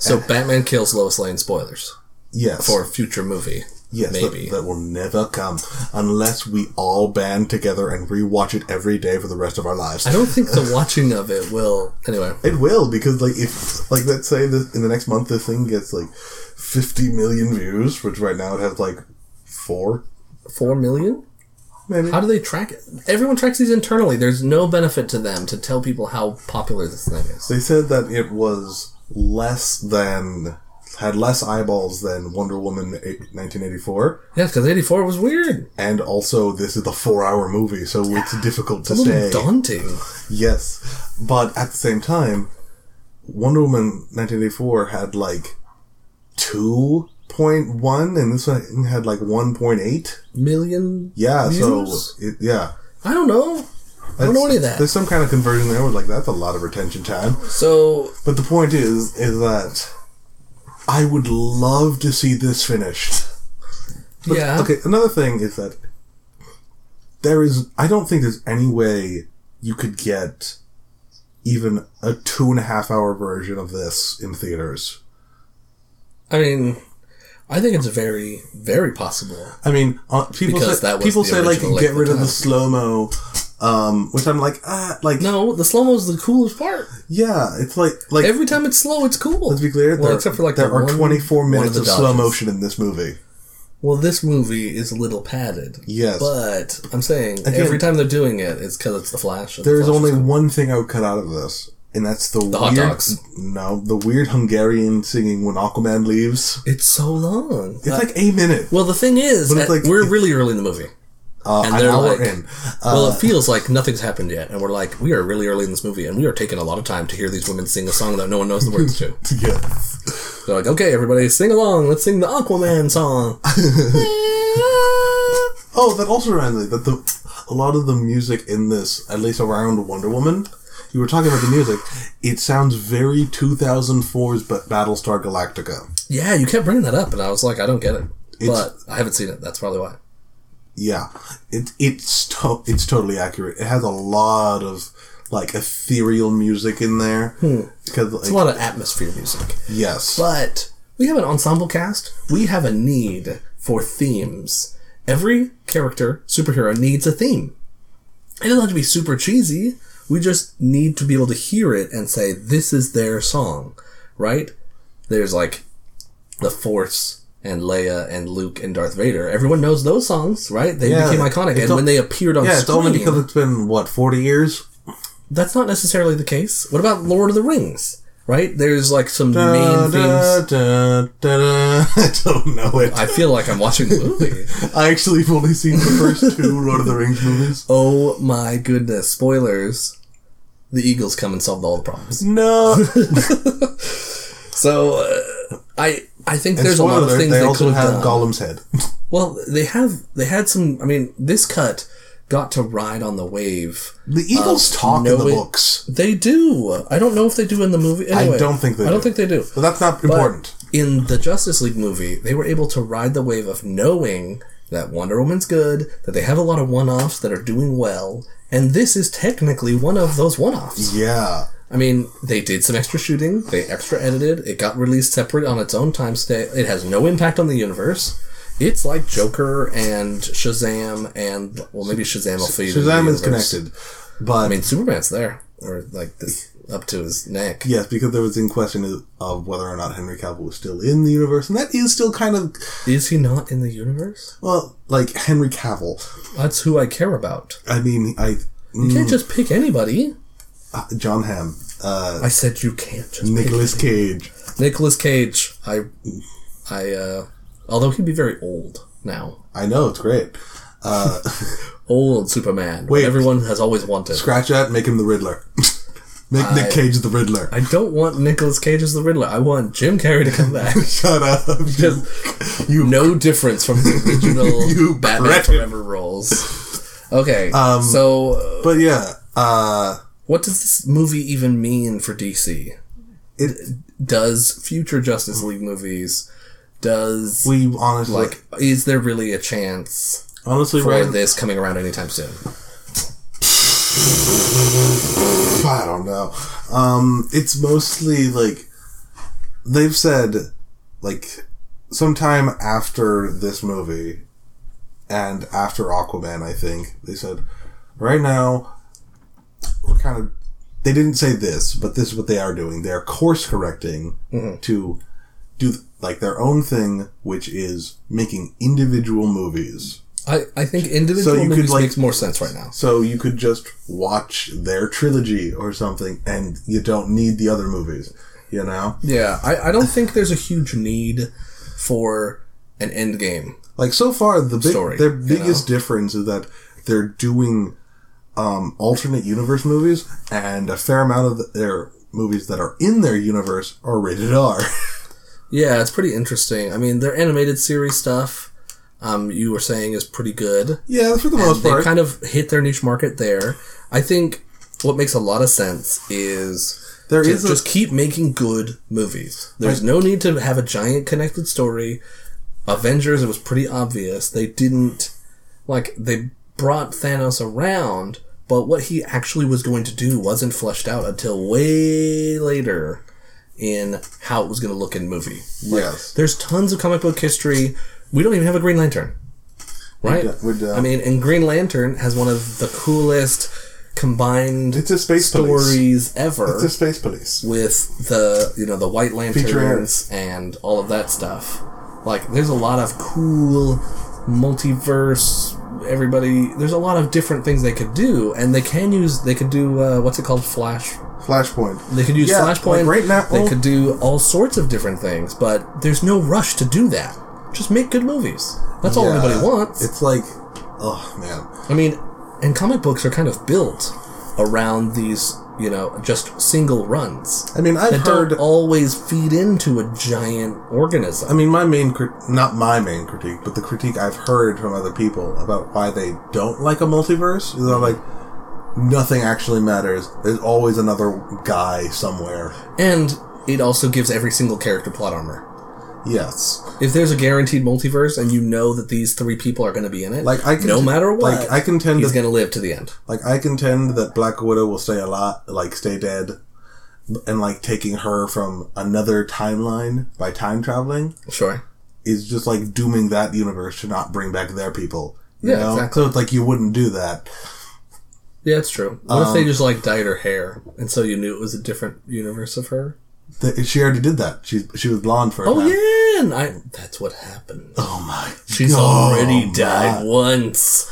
[SPEAKER 2] so Batman kills Lois Lane. Spoilers
[SPEAKER 1] Yes,
[SPEAKER 2] for a future movie.
[SPEAKER 1] yes, that-
[SPEAKER 2] maybe.
[SPEAKER 1] That, will never come unless we all band together and rewatch it every day for the rest of our lives.
[SPEAKER 2] I don't think the watching of it will. Anyway,
[SPEAKER 1] It will because like if like let's say this in the next month this thing gets like fifty million views, which right now it has like four
[SPEAKER 2] four million.
[SPEAKER 1] maybe.
[SPEAKER 2] How do they track it? Everyone tracks these internally. There's no benefit to them to tell people how popular this thing is.
[SPEAKER 1] They said that it was less than had less eyeballs than Wonder Woman eight- 1984,
[SPEAKER 2] Yeah, because '84 was weird,
[SPEAKER 1] and also this is a four-hour movie, so it's difficult to
[SPEAKER 2] a little
[SPEAKER 1] say.
[SPEAKER 2] daunting.
[SPEAKER 1] Yes, but at the same time, Wonder Woman 1984 had like two point one, and this one had like one point eight.
[SPEAKER 2] Million.
[SPEAKER 1] Yeah,
[SPEAKER 2] Views?
[SPEAKER 1] so it, yeah,
[SPEAKER 2] I don't know. I don't know any of that.
[SPEAKER 1] There's some kind of conversion there. Where like that's a lot of retention time.
[SPEAKER 2] So
[SPEAKER 1] But the point is, is that I would love to see this finished. But,
[SPEAKER 2] yeah.
[SPEAKER 1] Okay. Another thing is that there is. I don't think there's any way you could get even a two and a half hour version of this in theaters.
[SPEAKER 2] I mean, I think it's very, very possible.
[SPEAKER 1] I mean, uh, people
[SPEAKER 2] Because
[SPEAKER 1] say,
[SPEAKER 2] that was
[SPEAKER 1] people
[SPEAKER 2] the
[SPEAKER 1] say like
[SPEAKER 2] original
[SPEAKER 1] get
[SPEAKER 2] length of
[SPEAKER 1] rid of the
[SPEAKER 2] time.
[SPEAKER 1] slow mo, um, which I'm like ah, like
[SPEAKER 2] No, the slow mo is the coolest part.
[SPEAKER 1] yeah, it's like like.
[SPEAKER 2] Every time it's slow, it's cool.
[SPEAKER 1] Let's be clear.
[SPEAKER 2] Well,
[SPEAKER 1] there,
[SPEAKER 2] except for like
[SPEAKER 1] there
[SPEAKER 2] the
[SPEAKER 1] are
[SPEAKER 2] one-
[SPEAKER 1] 24
[SPEAKER 2] one
[SPEAKER 1] minutes
[SPEAKER 2] the
[SPEAKER 1] of slow
[SPEAKER 2] dodges.
[SPEAKER 1] motion in this movie.
[SPEAKER 2] Well, this movie is a little padded.
[SPEAKER 1] Yes.
[SPEAKER 2] But I'm saying
[SPEAKER 1] Again-
[SPEAKER 2] every time they're doing it, it's because it's the Flash. and the
[SPEAKER 1] There's
[SPEAKER 2] Flash
[SPEAKER 1] only
[SPEAKER 2] is cool.
[SPEAKER 1] one thing I would cut out of this, and that's the,
[SPEAKER 2] hot
[SPEAKER 1] weird,
[SPEAKER 2] dogs.
[SPEAKER 1] No, the weird Hungarian singing when Aquaman leaves.
[SPEAKER 2] It's so long.
[SPEAKER 1] It's
[SPEAKER 2] Uh,
[SPEAKER 1] like a minute,
[SPEAKER 2] well, the thing is,
[SPEAKER 1] But it's
[SPEAKER 2] that
[SPEAKER 1] like-
[SPEAKER 2] we're really early in the movie.
[SPEAKER 1] uh,
[SPEAKER 2] and
[SPEAKER 1] an
[SPEAKER 2] they're
[SPEAKER 1] hour
[SPEAKER 2] like-
[SPEAKER 1] in. Uh,
[SPEAKER 2] Well, it feels like nothing's happened yet, and we're like, we are really early in this movie, and we are taking a lot of time to hear these women sing a song that no one knows the words to.
[SPEAKER 1] yeah.
[SPEAKER 2] They're like, okay, everybody, sing along. Let's sing the Aquaman song.
[SPEAKER 1] Oh, that also reminds me that the a lot of the music in this, at least around Wonder Woman, you were talking about the music. It sounds very 2004's, but Battlestar Galactica.
[SPEAKER 2] Yeah, you kept bringing that up, and I was like, I don't get it.
[SPEAKER 1] It's-
[SPEAKER 2] but I haven't seen it. That's probably why.
[SPEAKER 1] Yeah, it it's to- it's totally accurate. It has a lot of like ethereal music in there because like,
[SPEAKER 2] Hmm. It's a lot of atmosphere music.
[SPEAKER 1] yes,
[SPEAKER 2] But we have an ensemble cast. We have a need for themes. Every character, superhero, needs a theme. It doesn't have to be super cheesy. We just need to be able to hear it and say, this is their song, right? There's like the Force and Leia and Luke and Darth Vader. Everyone knows those songs, right? They
[SPEAKER 1] Yeah,
[SPEAKER 2] became iconic.
[SPEAKER 1] it's
[SPEAKER 2] And
[SPEAKER 1] al-
[SPEAKER 2] when they appeared on
[SPEAKER 1] Yeah, it's
[SPEAKER 2] screen,
[SPEAKER 1] only because it's been what forty years.
[SPEAKER 2] that's not necessarily the case. What about Lord of the Rings? Right? There's like some
[SPEAKER 1] Da, da,
[SPEAKER 2] main themes.
[SPEAKER 1] da, da, da. I don't know it.
[SPEAKER 2] I feel like I'm watching a movie.
[SPEAKER 1] I actually have only seen the first two Lord of the Rings movies.
[SPEAKER 2] oh my goodness! Spoilers. The Eagles come and solved all the problems.
[SPEAKER 1] No,
[SPEAKER 2] So uh, I I think
[SPEAKER 1] and
[SPEAKER 2] there's a lot
[SPEAKER 1] spoiler,
[SPEAKER 2] of things
[SPEAKER 1] they
[SPEAKER 2] they,
[SPEAKER 1] also
[SPEAKER 2] could have
[SPEAKER 1] have
[SPEAKER 2] done.
[SPEAKER 1] Gollum's head.
[SPEAKER 2] well, they have they had some. I mean, this cut got to ride on the wave.
[SPEAKER 1] The Eagles talk in
[SPEAKER 2] no,
[SPEAKER 1] the
[SPEAKER 2] Um, it-
[SPEAKER 1] books,
[SPEAKER 2] They do. I don't know if they do in the movie. Anyway,
[SPEAKER 1] don't think they
[SPEAKER 2] I don't
[SPEAKER 1] do.
[SPEAKER 2] think they do.
[SPEAKER 1] but that's not important.
[SPEAKER 2] in the Justice League movie, they were able to ride the wave of knowing that Wonder Woman's good, that they have a lot of one offs that are doing well, and this is technically one of those one offs.
[SPEAKER 1] yeah,
[SPEAKER 2] I mean, they did some extra shooting, they extra edited, it got released separate on its own timestamp, it has no impact on the universe. It's like Joker and Shazam and well maybe Shazam will feed into the
[SPEAKER 1] Shazam is
[SPEAKER 2] universe.
[SPEAKER 1] connected. But
[SPEAKER 2] I mean, Superman's there, or like this up to his neck.
[SPEAKER 1] yes, because there was in question of whether or not Henry Cavill was still in the universe, and that is still kind of
[SPEAKER 2] Is he not in the universe?
[SPEAKER 1] well, like Henry Cavill.
[SPEAKER 2] That's who I care about.
[SPEAKER 1] I mean, I
[SPEAKER 2] You can't just pick anybody.
[SPEAKER 1] uh, John Hamm, uh,
[SPEAKER 2] I said you can't just
[SPEAKER 1] Nicolas Cage.
[SPEAKER 2] pick Nicolas Cage. I, I, uh, although he'd be very old now.
[SPEAKER 1] I know it's great. Uh,
[SPEAKER 2] Old Superman. what
[SPEAKER 1] Wait.
[SPEAKER 2] everyone has always wanted.
[SPEAKER 1] scratch that, make him the Riddler. make Nick Cage the Riddler.
[SPEAKER 2] I don't want Nicolas Cage as the Riddler. I want Jim Carrey to come back.
[SPEAKER 1] Shut up.
[SPEAKER 2] Just
[SPEAKER 1] You-
[SPEAKER 2] no difference from the original
[SPEAKER 1] You
[SPEAKER 2] Batman
[SPEAKER 1] brat.
[SPEAKER 2] Forever roles. Okay, so uh,
[SPEAKER 1] But yeah, uh,
[SPEAKER 2] what does this movie even mean for DC?
[SPEAKER 1] it,
[SPEAKER 2] Does future Justice League movies? Does
[SPEAKER 1] we honestly
[SPEAKER 2] like is there really a chance
[SPEAKER 1] honestly
[SPEAKER 2] for
[SPEAKER 1] right.
[SPEAKER 2] this coming around anytime soon?
[SPEAKER 1] I don't know. Um, it's mostly like they've said like sometime after this movie and after Aquaman, I think they said right now we're kind of they didn't say this, but this is what they are doing. They're course correcting to do like their own thing, which is making individual movies.
[SPEAKER 2] I, I think individual
[SPEAKER 1] you could,
[SPEAKER 2] movies
[SPEAKER 1] like-
[SPEAKER 2] makes more sense right now.
[SPEAKER 1] So you could just watch their trilogy or something, and you don't need the other movies. You know,
[SPEAKER 2] Yeah, I, I don't think there's a huge need for an end game.
[SPEAKER 1] like so far the big,
[SPEAKER 2] Story,
[SPEAKER 1] their
[SPEAKER 2] you
[SPEAKER 1] biggest difference is that they're doing um, alternate universe movies, and a fair amount of their movies that are in their universe are rated R.
[SPEAKER 2] Yeah, it's pretty interesting. I mean, their animated series stuff, um, you were saying is pretty good.
[SPEAKER 1] yeah, for the most
[SPEAKER 2] They
[SPEAKER 1] part.
[SPEAKER 2] kind of hit their niche market there. I think what makes a lot of sense is
[SPEAKER 1] There
[SPEAKER 2] to
[SPEAKER 1] is a-
[SPEAKER 2] just keep making good movies. There's no need to have a giant connected story. Avengers, it was pretty obvious they didn't like they brought Thanos around, but what he actually was going to do wasn't fleshed out until way later in how it was going to look in movie.
[SPEAKER 1] yes,
[SPEAKER 2] There's tons of comic book history. We don't even have a Green Lantern, right?
[SPEAKER 1] don't- we don't.
[SPEAKER 2] I mean, and Green Lantern has one of the coolest combined
[SPEAKER 1] It's a space police.
[SPEAKER 2] stories ever
[SPEAKER 1] it's a space police.
[SPEAKER 2] with the you know the White Lanterns and all of that stuff. Like, there's a lot of cool multiverse. Everybody, there's a lot of different things they could do, and they can use. They could do uh, what's it called, Flash
[SPEAKER 1] Flashpoint.
[SPEAKER 2] they could use
[SPEAKER 1] Yeah,
[SPEAKER 2] Flashpoint.
[SPEAKER 1] like right now.
[SPEAKER 2] they could do all sorts of different things, but there's no rush to do that. Just make good movies. That's all
[SPEAKER 1] Yeah.
[SPEAKER 2] anybody wants.
[SPEAKER 1] It's like, oh man,
[SPEAKER 2] I mean, and comic books are kind of built around these, you know, just single runs.
[SPEAKER 1] I mean, I've
[SPEAKER 2] that
[SPEAKER 1] heard
[SPEAKER 2] don't always feed into a giant organism.
[SPEAKER 1] I mean, my main crit- not my main critique, but the critique I've heard from other people about why they don't like a multiverse is they're like, nothing actually matters. There's always another guy somewhere.
[SPEAKER 2] and it also gives every single character plot armor.
[SPEAKER 1] Yes,
[SPEAKER 2] If there's a guaranteed multiverse and you know that these three people are going to be in it,
[SPEAKER 1] like I
[SPEAKER 2] no
[SPEAKER 1] cont-
[SPEAKER 2] matter what,
[SPEAKER 1] like I contend
[SPEAKER 2] he's
[SPEAKER 1] that,
[SPEAKER 2] going to live to the end.
[SPEAKER 1] like I contend that Black Widow will stay a lot, like stay dead, and like taking her from another timeline by time traveling
[SPEAKER 2] Sure.
[SPEAKER 1] is just like dooming that universe to not bring back their people. You
[SPEAKER 2] Yeah,
[SPEAKER 1] know?
[SPEAKER 2] exactly.
[SPEAKER 1] So it's like you wouldn't do that.
[SPEAKER 2] Yeah, it's true. What if they just like dyed her hair, and so you knew it was a different universe of her?
[SPEAKER 1] Th- She already did that. She she was blonde for a
[SPEAKER 2] Oh
[SPEAKER 1] time.
[SPEAKER 2] yeah, and I, that's what happened.
[SPEAKER 1] Oh my!
[SPEAKER 2] She's
[SPEAKER 1] God.
[SPEAKER 2] already died once.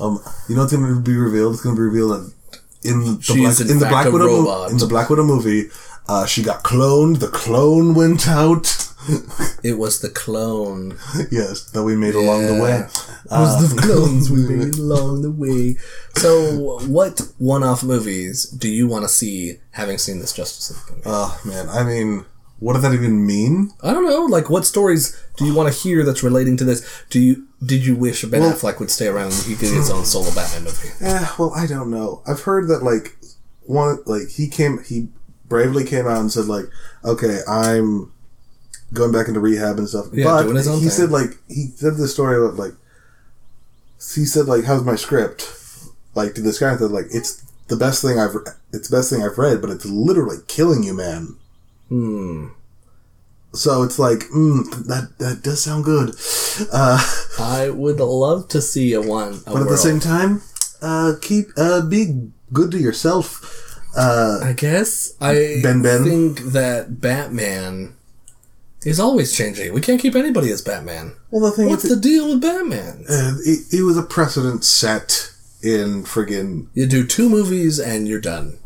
[SPEAKER 1] Um, you know what's going to be revealed? It's going to be revealed that in the
[SPEAKER 2] She
[SPEAKER 1] Black,
[SPEAKER 2] is in
[SPEAKER 1] in the
[SPEAKER 2] fact
[SPEAKER 1] Black
[SPEAKER 2] a
[SPEAKER 1] Widow mo-
[SPEAKER 2] robot.
[SPEAKER 1] in the Black Widow movie, uh, she got cloned. The clone went out.
[SPEAKER 2] It was the clone.
[SPEAKER 1] yes, that we made along the way.
[SPEAKER 2] was the clones we made along the way. So, what one-off movies do you want to see? Having seen this Justice League movie,
[SPEAKER 1] Oh man! I mean, what does that even mean?
[SPEAKER 2] I don't know. Like, what stories do you want to hear that's relating to this? Do you did you wish Ben Affleck would stay around and he could get his own solo Batman movie?
[SPEAKER 1] Eh, well, I don't know. I've heard that like one like he came he bravely came out and said like, okay, I'm going back into rehab and stuff.
[SPEAKER 2] Yeah,
[SPEAKER 1] but
[SPEAKER 2] doing his own
[SPEAKER 1] he
[SPEAKER 2] thing.
[SPEAKER 1] said like he said this story about like he said like how's my script like to this guy and said like it's the best thing I've it's the best thing I've read, but it's literally killing you, man.
[SPEAKER 2] Hmm.
[SPEAKER 1] So it's like mm, that that does sound good, uh,
[SPEAKER 2] I would love to see a one. A
[SPEAKER 1] but at the
[SPEAKER 2] world-
[SPEAKER 1] same time, uh, keep uh, be good to yourself. Uh,
[SPEAKER 2] I guess I
[SPEAKER 1] Ben Ben?
[SPEAKER 2] think that Batman is always changing. We can't keep anybody as Batman.
[SPEAKER 1] well, the thing
[SPEAKER 2] What's
[SPEAKER 1] is,
[SPEAKER 2] the deal with Batman?
[SPEAKER 1] uh, it, it was a precedent set in friggin'
[SPEAKER 2] You do two movies and you're done.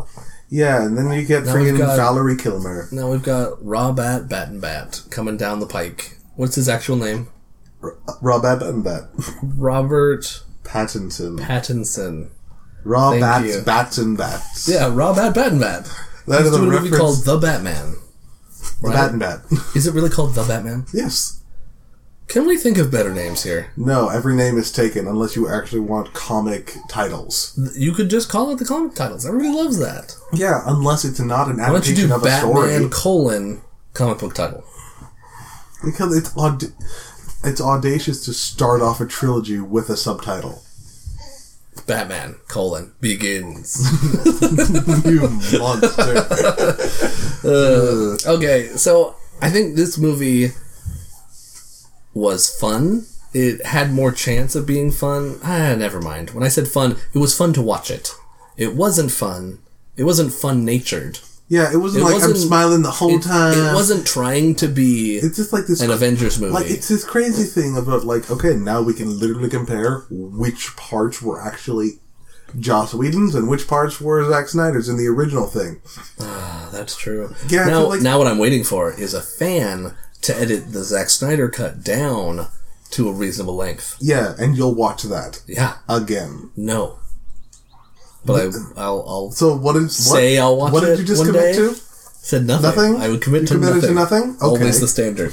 [SPEAKER 1] yeah, and then you get
[SPEAKER 2] we've
[SPEAKER 1] friggin'
[SPEAKER 2] got-
[SPEAKER 1] Valerie Kilmer,
[SPEAKER 2] Now we've got Raw Bat Bat and Bat coming down the pike. What's his actual name?
[SPEAKER 1] Rob Bat
[SPEAKER 2] Robert
[SPEAKER 1] Pattinson,
[SPEAKER 2] Pattinson.
[SPEAKER 1] Rob
[SPEAKER 2] Thank
[SPEAKER 1] Bats
[SPEAKER 2] you.
[SPEAKER 1] Bats and Bats.
[SPEAKER 2] Yeah, Raw Bat Bat and Bat.
[SPEAKER 1] that
[SPEAKER 2] He's
[SPEAKER 1] is a
[SPEAKER 2] doing a movie
[SPEAKER 1] reference.
[SPEAKER 2] called The Batman.
[SPEAKER 1] the
[SPEAKER 2] Right?
[SPEAKER 1] Bat and Bat.
[SPEAKER 2] Is it really called The Batman?
[SPEAKER 1] yes.
[SPEAKER 2] Can we think of better names here?
[SPEAKER 1] No, every name is taken unless you actually want comic titles.
[SPEAKER 2] You could just call it the comic titles. Everybody loves that.
[SPEAKER 1] Yeah, unless it's not an
[SPEAKER 2] Why don't you
[SPEAKER 1] adaptation
[SPEAKER 2] do
[SPEAKER 1] of a story.
[SPEAKER 2] Batman colon comic book title?
[SPEAKER 1] Because it's aud- it's audacious to start off a trilogy with a subtitle.
[SPEAKER 2] Batman colon begins.
[SPEAKER 1] you monster.
[SPEAKER 2] okay, so I think this movie was fun. It had more chance of being fun. Ah, never mind. When I said fun, it was fun to watch it. It wasn't fun. It wasn't fun natured.
[SPEAKER 1] Yeah, it wasn't
[SPEAKER 2] It
[SPEAKER 1] like
[SPEAKER 2] wasn't-
[SPEAKER 1] I'm smiling the whole
[SPEAKER 2] It,
[SPEAKER 1] time.
[SPEAKER 2] it wasn't trying to be
[SPEAKER 1] It's just like this.
[SPEAKER 2] an Avengers movie.
[SPEAKER 1] like it's this crazy thing about like okay now we can literally compare which parts were actually Joss Whedon's and which parts were Zack Snyder's in the original thing.
[SPEAKER 2] Ah, That's true.
[SPEAKER 1] Yeah, I
[SPEAKER 2] now,
[SPEAKER 1] feel like-
[SPEAKER 2] now what I'm waiting for is a fan to edit the Zack Snyder cut down to a reasonable length.
[SPEAKER 1] Yeah, and you'll watch that
[SPEAKER 2] Yeah.
[SPEAKER 1] again.
[SPEAKER 2] No. But I, I'll, I'll
[SPEAKER 1] So what did what,
[SPEAKER 2] say I'll watch
[SPEAKER 1] what
[SPEAKER 2] it
[SPEAKER 1] did you just
[SPEAKER 2] one
[SPEAKER 1] commit
[SPEAKER 2] day.
[SPEAKER 1] to?
[SPEAKER 2] Said nothing.
[SPEAKER 1] Nothing?
[SPEAKER 2] I would commit
[SPEAKER 1] You
[SPEAKER 2] to
[SPEAKER 1] committed to
[SPEAKER 2] nothing.
[SPEAKER 1] nothing? Okay.
[SPEAKER 2] Always the standard.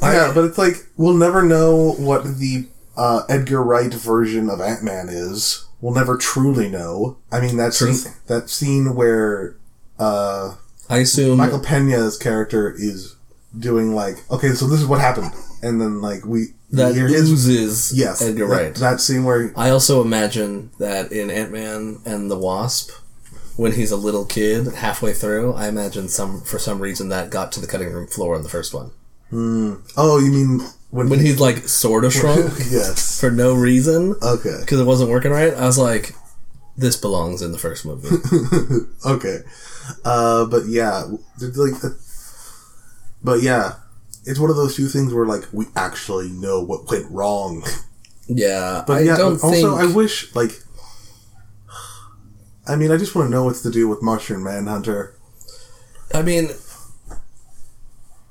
[SPEAKER 2] I-
[SPEAKER 1] yeah, but it's like we'll never know what the uh, Edgar Wright version of Ant Man is. We'll never truly know. I mean, that scene,
[SPEAKER 2] Truth.
[SPEAKER 1] that scene where uh,
[SPEAKER 2] I assume
[SPEAKER 1] Michael Pena's character is doing like, okay, so this is what happened, and then like we
[SPEAKER 2] that
[SPEAKER 1] we hear his-
[SPEAKER 2] loses
[SPEAKER 1] yes,
[SPEAKER 2] Edgar
[SPEAKER 1] that-
[SPEAKER 2] Wright.
[SPEAKER 1] That scene where
[SPEAKER 2] I also imagine that in Ant Man and the Wasp, when he's a little kid, halfway through, I imagine some for some reason that got to the cutting room floor in the first one.
[SPEAKER 1] oh, you mean when,
[SPEAKER 2] When he's like sort of shrunk
[SPEAKER 1] yes, Uh,
[SPEAKER 2] for no reason
[SPEAKER 1] okay,
[SPEAKER 2] because it wasn't working right, I was like, this belongs in the first movie.
[SPEAKER 1] okay, uh, but yeah, there's like, the- but yeah, it's one of those few things where like we actually know what went wrong.
[SPEAKER 2] yeah,
[SPEAKER 1] But
[SPEAKER 2] I
[SPEAKER 1] yeah,
[SPEAKER 2] don't
[SPEAKER 1] also
[SPEAKER 2] think.
[SPEAKER 1] I wish like I mean I just want to know what's the deal with Mushroom Manhunter.
[SPEAKER 2] I mean,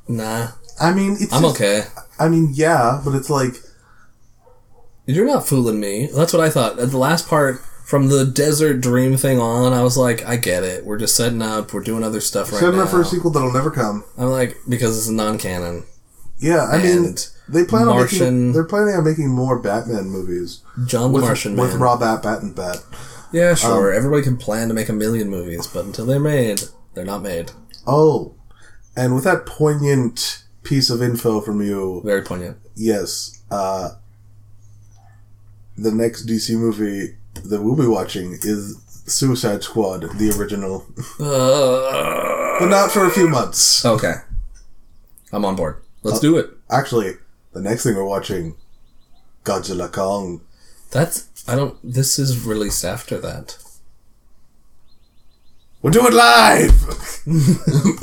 [SPEAKER 2] nah,
[SPEAKER 1] I mean it's
[SPEAKER 2] I'm
[SPEAKER 1] just-
[SPEAKER 2] okay.
[SPEAKER 1] I mean yeah, but it's like
[SPEAKER 2] You're not fooling me. That's what I thought. At the last part from the desert dream thing on, I was like, I get it. We're just setting up. We're doing other stuff right
[SPEAKER 1] setting
[SPEAKER 2] now.
[SPEAKER 1] up for a sequel that'll never come.
[SPEAKER 2] I'm like because it's non-canon.
[SPEAKER 1] Yeah, I mean
[SPEAKER 2] And
[SPEAKER 1] they plan on making
[SPEAKER 2] Martian-
[SPEAKER 1] they're planning on making more Batman movies
[SPEAKER 2] John the
[SPEAKER 1] with
[SPEAKER 2] Martian
[SPEAKER 1] with um,
[SPEAKER 2] Man.
[SPEAKER 1] Rob Bat Bat and Bat.
[SPEAKER 2] yeah, sure. Everybody can plan to make a million movies, but until they're made, they're not made.
[SPEAKER 1] Oh, and with that poignant piece of info from you,
[SPEAKER 2] Very poignant.
[SPEAKER 1] yes, uh, the next DC movie that we'll be watching is. Suicide Squad, the original.
[SPEAKER 2] Uh,
[SPEAKER 1] but not for a few months.
[SPEAKER 2] okay, I'm on board. Let's
[SPEAKER 1] Uh,
[SPEAKER 2] do it.
[SPEAKER 1] Actually, the next thing we're watching, Godzilla Kong.
[SPEAKER 2] That's I don't. This is released after that.
[SPEAKER 1] We'll do it live.